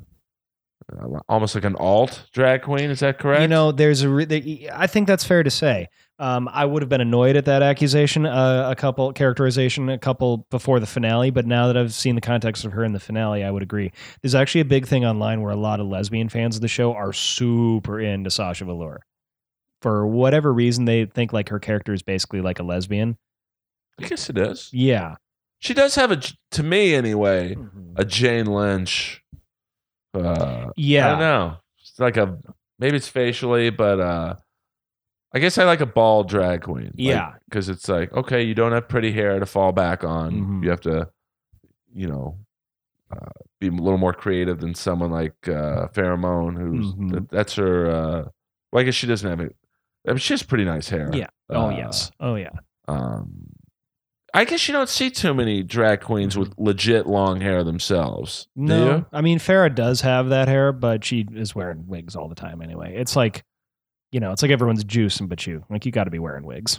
A: almost like an alt drag queen. Is that correct?
B: You know, there's a. Re- there- I think that's fair to say. Um, I would have been annoyed at that accusation, uh, a couple characterization, a couple before the finale. But now that I've seen the context of her in the finale, I would agree. There's actually a big thing online where a lot of lesbian fans of the show are super into Sasha Velour. For whatever reason, they think like her character is basically like a lesbian.
A: I guess it is.
B: Yeah,
A: She does have a, j- to me anyway, a Jane Lynch. Uh, I don't
B: yeah,
A: know. It's like a maybe it's facially, but uh I guess I like a bald drag queen.
B: yeah.
A: Because it's like, okay, you don't have pretty hair to fall back on.
B: Mhm.
A: You have to, you know, uh, be a little more creative than someone like uh Pheromone, who's
B: Mhm.
A: that, that's her uh well, I guess she doesn't have it. I mean, she has pretty nice hair.
B: Yeah. Oh
A: Uh,
B: yes. Oh yeah.
A: Um I guess you don't see too many drag queens with legit long hair themselves. do you?
B: Mm-hmm. No, I mean Farah does have that hair, but she is wearing wigs all the time anyway. It's like, you know, it's like everyone's juicing but you. Like you got to be wearing wigs.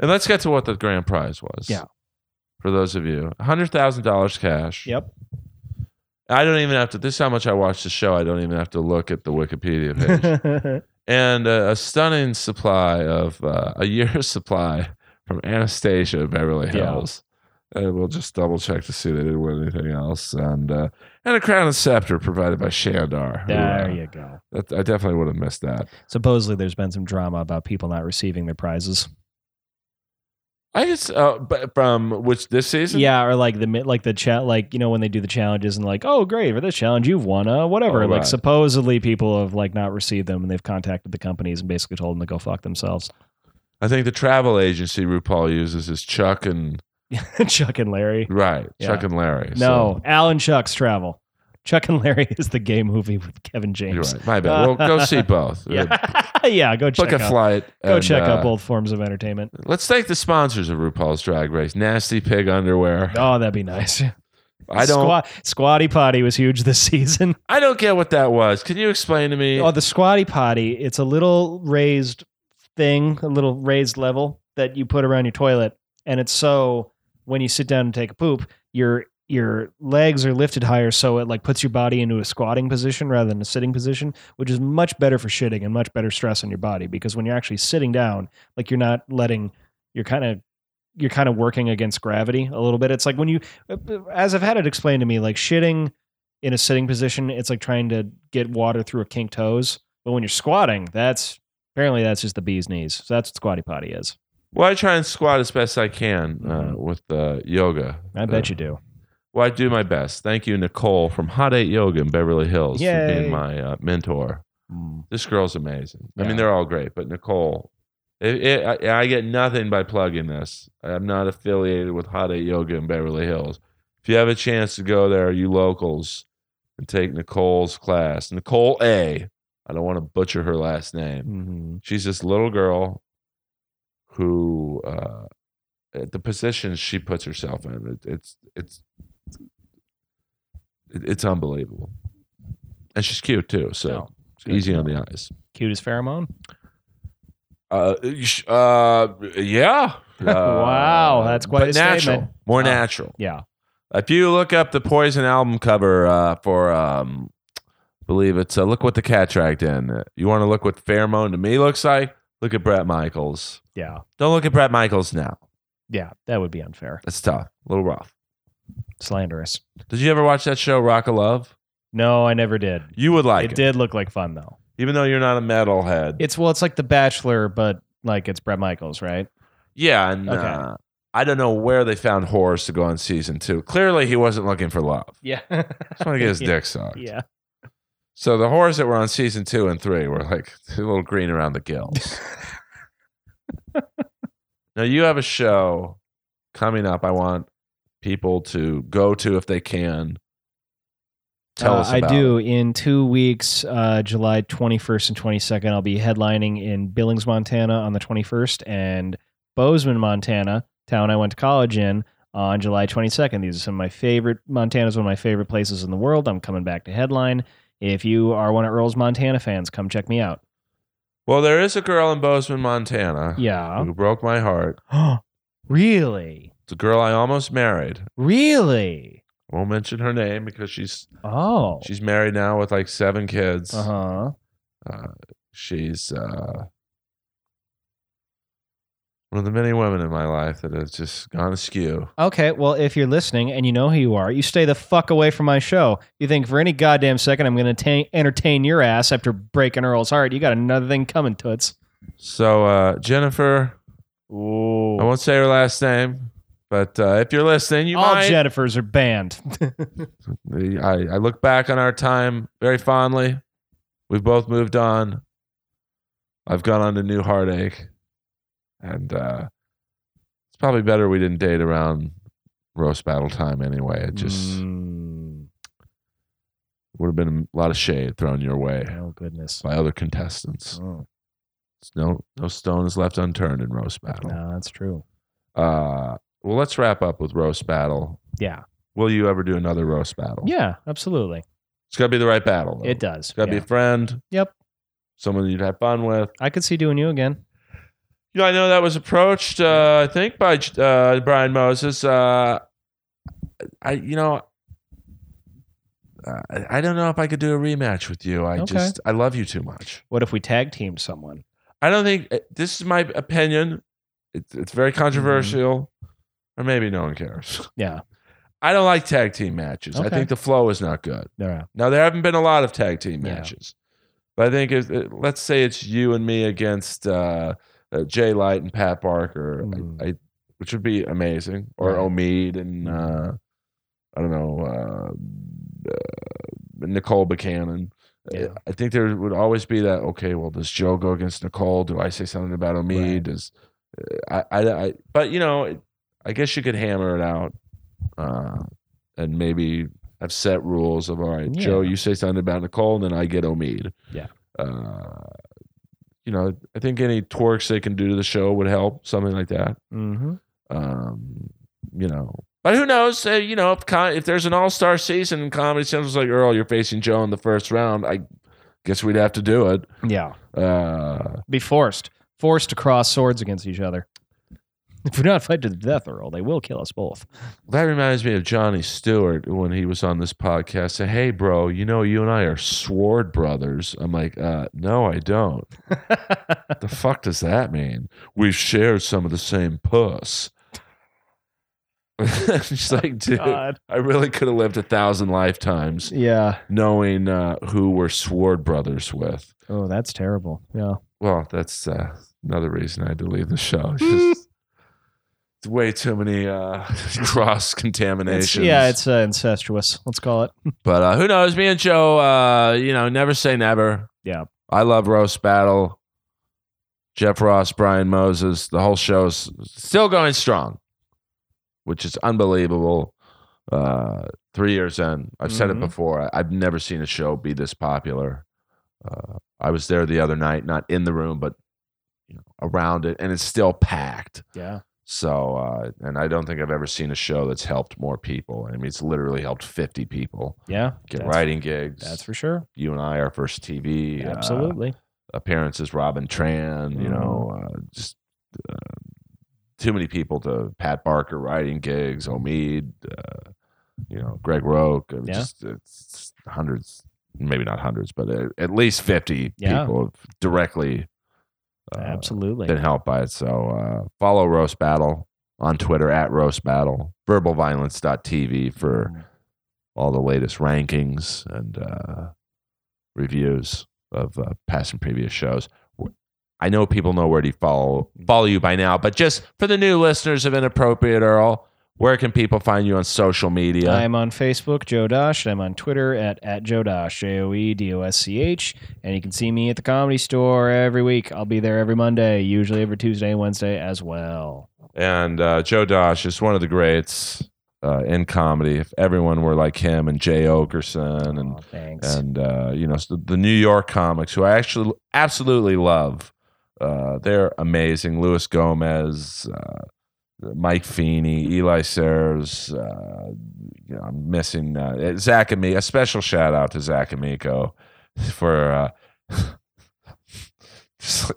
A: And let's get to what the grand prize was.
B: Yeah.
A: For those of you, $100,000 cash.
B: Yep.
A: I don't even have to, this is how much I watch the show. I don't even have to look at the Wikipedia page. and uh, a stunning supply of uh, a year's supply from Anastasia of Beverly
B: Yeah.
A: Hills. And we'll just double check to see they didn't win anything else. And uh, and a crown and scepter provided by Shandar. who,
B: there
A: uh,
B: you go.
A: that- I definitely would have missed that.
B: Supposedly there's been some drama about people not receiving their prizes.
A: I guess uh, but from which this season?
B: Yeah, or like the mi- like the chat like, you know, when they do the challenges and like, "Oh, great, for this challenge you've won uh whatever."
A: Oh,
B: like
A: right.
B: supposedly people have like not received them and they've contacted the companies and basically told them to go fuck themselves.
A: I think the travel agency RuPaul uses is Chuck and
B: Chuck and Larry.
A: right, Chuck
B: Yeah.
A: and Larry.
B: No, Alan Chuck's Travel. Chuck and Larry is the gay movie with Kevin
A: so, you're
B: James.
A: right. My bad. Well, go see both. Uh,
B: Yeah, yeah. Go check
A: Book a
B: out.
A: flight.
B: Go
A: and,
B: check out
A: uh,
B: both forms of entertainment.
A: Let's thank the sponsors of RuPaul's Drag Race: Nasty Pig Underwear.
B: Oh, that'd be nice.
A: I don't.
B: Squat, squatty potty was huge this season.
A: I don't get what that was. Can you explain to me?
B: Oh, the squatty potty. It's a little raised thing, a little raised level that you put around your toilet, and it's so when you sit down and take a poop, your your legs are lifted higher, so it like puts your body into a squatting position rather than a sitting position, which is much better for shitting and much better stress on your body because when you're actually sitting down, like you're not letting, you're kind of you're kind of working against gravity a little bit. It's like when you, as I've had it explained to me, like shitting in a sitting position, it's like trying to get water through a kink toes. But when you're squatting, that's apparently that's just the bee's knees. So that's what squatty potty is.
A: Well, I try and squat as best I can uh,
B: Mhm.
A: with uh, yoga.
B: I bet you do.
A: Well, I do my best. Thank you, Nicole from Hot Eight Yoga in Beverly Hills, for
B: Yay.
A: being my uh, mentor. This girl's amazing. I
B: Yeah.
A: mean, they're all great, but Nicole, it, it, I, I get nothing by plugging this. I'm not affiliated with Hot Eight Yoga in Beverly Hills. If you have a chance to go there, you locals, and take Nicole's class, Nicole A. I don't want to butcher her last name.
B: Mhm.
A: She's this little girl who, uh, at the positions she puts herself in, it, it's it's it, it's unbelievable, and she's cute too. So
B: No.
A: it's easy on the eyes.
B: Cute as pheromone.
A: Uh, you sh- uh, yeah. Uh,
B: Wow, that's quite
A: but
B: a
A: natural,
B: statement.
A: more
B: Wow.
A: natural.
B: Yeah.
A: If you look up the Poison album cover uh, for, um, I believe it's uh, "Look What the Cat Dragged In." uh, You want to look what pheromone to me looks like? Look at Brett Michaels.
B: Yeah.
A: Don't look at Brett Michaels now.
B: Yeah. That would be unfair.
A: That's tough. A little rough.
B: Slanderous.
A: Did you ever watch that show, Rock of Love?
B: No, I never did.
A: You would like
B: it
A: it,
B: did look like fun though.
A: even though you're not a metalhead.
B: It's well, it's like The Bachelor, but like it's Brett Michaels, right?
A: yeah, and
B: Okay.
A: uh, I don't know where they found Horace to go on season two. Clearly, he wasn't looking for love.
B: Yeah.
A: Just want to get his dick sucked.
B: yeah.
A: So the whores that were on season two and three were like a little green around the gills. now you have a show coming up. I want people to go to if they can. Tell
B: Uh,
A: us.
B: I
A: about
B: do.
A: it.
B: In two weeks, uh, July 21st and 22nd, I'll be headlining in Billings, Montana on the 21st and Bozeman, Montana, town I went to college in, on July 22nd. These are some of my favorite. Montana's one of my favorite places in the world. I'm coming back to headline. If you are one of Earl's Montana fans, come check me out.
A: Well, there is a girl in Bozeman, Montana,
B: Yeah.
A: who broke my heart.
B: really?
A: It's a girl I almost married.
B: Really?
A: I won't mention her name because she's
B: Oh.
A: she's married now with like seven kids.
B: Uh huh.
A: she's uh, one of the many women in my life that have just gone askew.
B: Okay, well, if you're listening and you know who you are, you stay the fuck away from my show. You think for any goddamn second I'm going to entertain your ass after breaking Earl's heart? You got another thing coming, toots.
A: So uh, Jennifer,
B: Ooh,
A: I won't say her last name, but uh, if you're listening, you
B: all
A: might.
B: Jennifers are banned.
A: I, I look back on our time very fondly. We've both moved on. I've gone on to new heartache, and uh, it's probably better we didn't date around roast battle time anyway. It just
B: Mm,
A: would have been a lot of shade thrown your way
B: oh goodness.
A: by other contestants.
B: Oh,
A: No, no stone is left unturned in roast battle.
B: no, that's true.
A: Uh, well, let's wrap up with roast battle.
B: Yeah,
A: Will you ever do another roast battle?
B: yeah, absolutely.
A: It's gotta be the right battle. though.
B: It does.
A: It's gotta
B: Yeah.
A: be a friend.
B: Yep.
A: Someone you'd have fun with.
B: I could see doing you again.
A: You know, I know that was approached, uh, I think, by uh, Brian Moses. Uh, I, you know, uh, I, I don't know if I could do a rematch with you. I
B: Okay.
A: just, I love you too much.
B: What if we tag teamed someone?
A: I don't think uh, this is my opinion. It's, it's very
B: Mm-hmm.
A: controversial, or maybe no one cares.
B: Yeah.
A: I don't like tag team matches. I
B: Okay.
A: think the flow is not good.
B: Yeah.
A: Now there haven't been a lot of tag team
B: Yeah.
A: matches, but I think if uh, let's say it's you and me against uh, uh, Jay Light and Pat Barker,
B: Mm.
A: I, I, which would be amazing, or
B: Right.
A: Omid and uh, I don't know uh, uh, Nicole Buchanan.
B: Yeah.
A: I think there would always be that. Okay, well, does Joe go against Nicole? Do I say something about Omid?
B: Right.
A: Does uh, I, I, I? But you know, it- I guess you could hammer it out, uh, and maybe have set rules of all right,
B: Yeah.
A: Joe, you say something about Nicole, then I get Omid.
B: Yeah.
A: Uh, you know, I think any torques they can do to the show would help. Something like that
B: Mm-hmm.
A: um, you know. But who knows? Uh, you know, if com- if there's an all star season and Comedy Central's like Earl, you're facing Joe in the first round. I guess we'd have to do it.
B: Yeah.
A: Uh,
B: Be forced. Forced to cross swords against each other. If we do not fight to the death, Earl, they will kill us both.
A: that reminds me of Johnny Stewart when he was on this podcast. Say, hey, bro, you know you and I are sword brothers. I'm like, uh, no, I don't. the fuck does that mean? We've shared some of the same puss. She's like, dude,
B: God.
A: I really could have lived a thousand lifetimes.
B: Yeah.
A: knowing uh, who we're sword brothers with.
B: Oh, that's terrible. Yeah.
A: Well, that's uh, another reason I had to leave the show. It's just it's way too many uh, cross
B: It's-
A: contaminations.
B: yeah, it's uh, incestuous. Let's call it.
A: but uh, who knows? Me and Joe, uh, you know, never say never.
B: Yeah.
A: I love roast battle. Jeff Ross, Brian Moses, the whole show's still going strong, which is unbelievable. Uh, three years in, I've said it
B: Mhm.
A: before. I- I've never seen a show be this popular. Uh, I was there the other night, not in the room, but you know, around it, and it's still packed.
B: Yeah.
A: So, uh, and I don't think I've ever seen a show that's helped more people. I mean, it's literally helped 50 people
B: Yeah.
A: get
B: That's-
A: writing gigs.
B: That's for sure.
A: you and I, our first TV uh,
B: Absolutely.
A: appearances, Robin Tran, you
B: Mhm.
A: know, uh, just uh, too many people to Pat Barker writing gigs, Omid, uh, you know, Greg Roke, I mean,
B: Yeah.
A: just it's hundreds, maybe not hundreds, but uh, at least 50
B: Yeah.
A: people have directly uh,
B: Absolutely.
A: been helped by it. So uh, follow Roast Battle on Twitter at Roast Battle, verbalviolence.tv for all the latest rankings and uh, reviews of uh, past and previous shows. I know people know where to follow follow you by now, but just for the new listeners of Inappropriate Earl, where can people find you on social media?
B: I'm on Facebook, Joe Dosh, and I'm on Twitter at, at Joe Dosh, J O E D O S C H. And you can see me at the comedy store every week. I'll be there every Monday, usually every Tuesday and Wednesday as well.
A: and uh, Joe Dosh is one of the greats uh, in comedy. If everyone were like him and Jay Ogerson and
B: Aw, thanks.
A: and uh, you know so the New York comics who I actually absolutely love. Uh, they're amazing. Luis Gomez, uh, Mike Feeney, Eli Sayers. Uh, you know, I'm missing uh, Zach and me. A special shout out to Zach Amico for. Uh,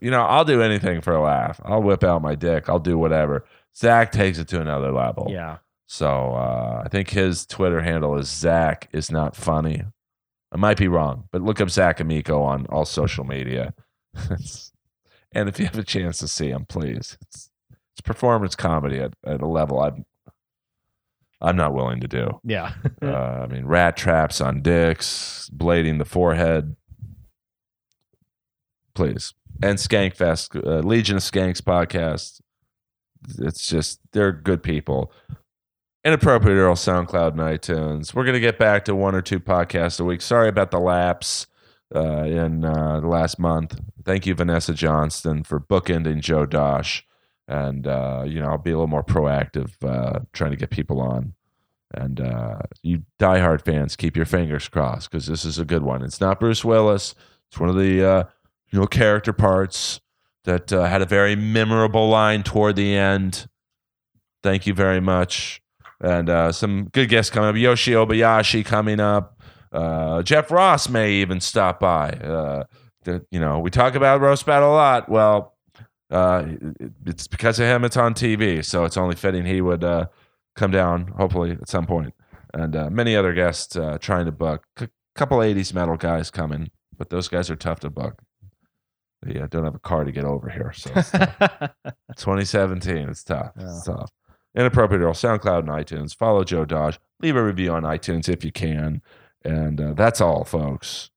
A: You know, I'll do anything for a laugh. I'll whip out my dick. I'll do whatever. Zach takes it to another level.
B: yeah.
A: So uh, I think his Twitter handle is Zach is not funny. I might be wrong, but look up Zach Amico on all social media. It's- and if you have a chance to see him, please. It's, it's performance comedy at, at a level I'm I'm not willing to do.
B: Yeah.
A: Uh, I mean, rat traps on dicks, blading the forehead. Please. And Skankfest, uh, Legion of Skanks podcast. It's just, they're good people. Inappropriate Earl SoundCloud and iTunes. We're going to get back to one or two podcasts a week. Sorry about the lapse uh, in uh, the last month. Thank you, Vanessa Johnston, for bookending Joe Dosh. And, uh, you know, I'll be a little more proactive uh, trying to get people on. And uh, you diehard fans, keep your fingers crossed because this is a good one. It's not Bruce Willis. It's one of the uh, you know character parts that uh, had a very memorable line toward the end. Thank you very much, and uh, some good guests coming up. Yoshi Obayashi coming up. Uh, Jeff Ross may even stop by. Uh, the, you know, we talk about roast battle a lot. Well, uh, it- it's because of him. It's on TV, so it's only fitting he would. Uh, come down hopefully at some point and uh, many other guests uh, trying to book a couple 80s metal guys coming but those guys are tough to book they uh, don't have a car to get over here so it's tough. 2017 it's tough it's tough inappropriate Earl, soundcloud and itunes follow joe dodge leave a review on itunes if you can and uh, that's all folks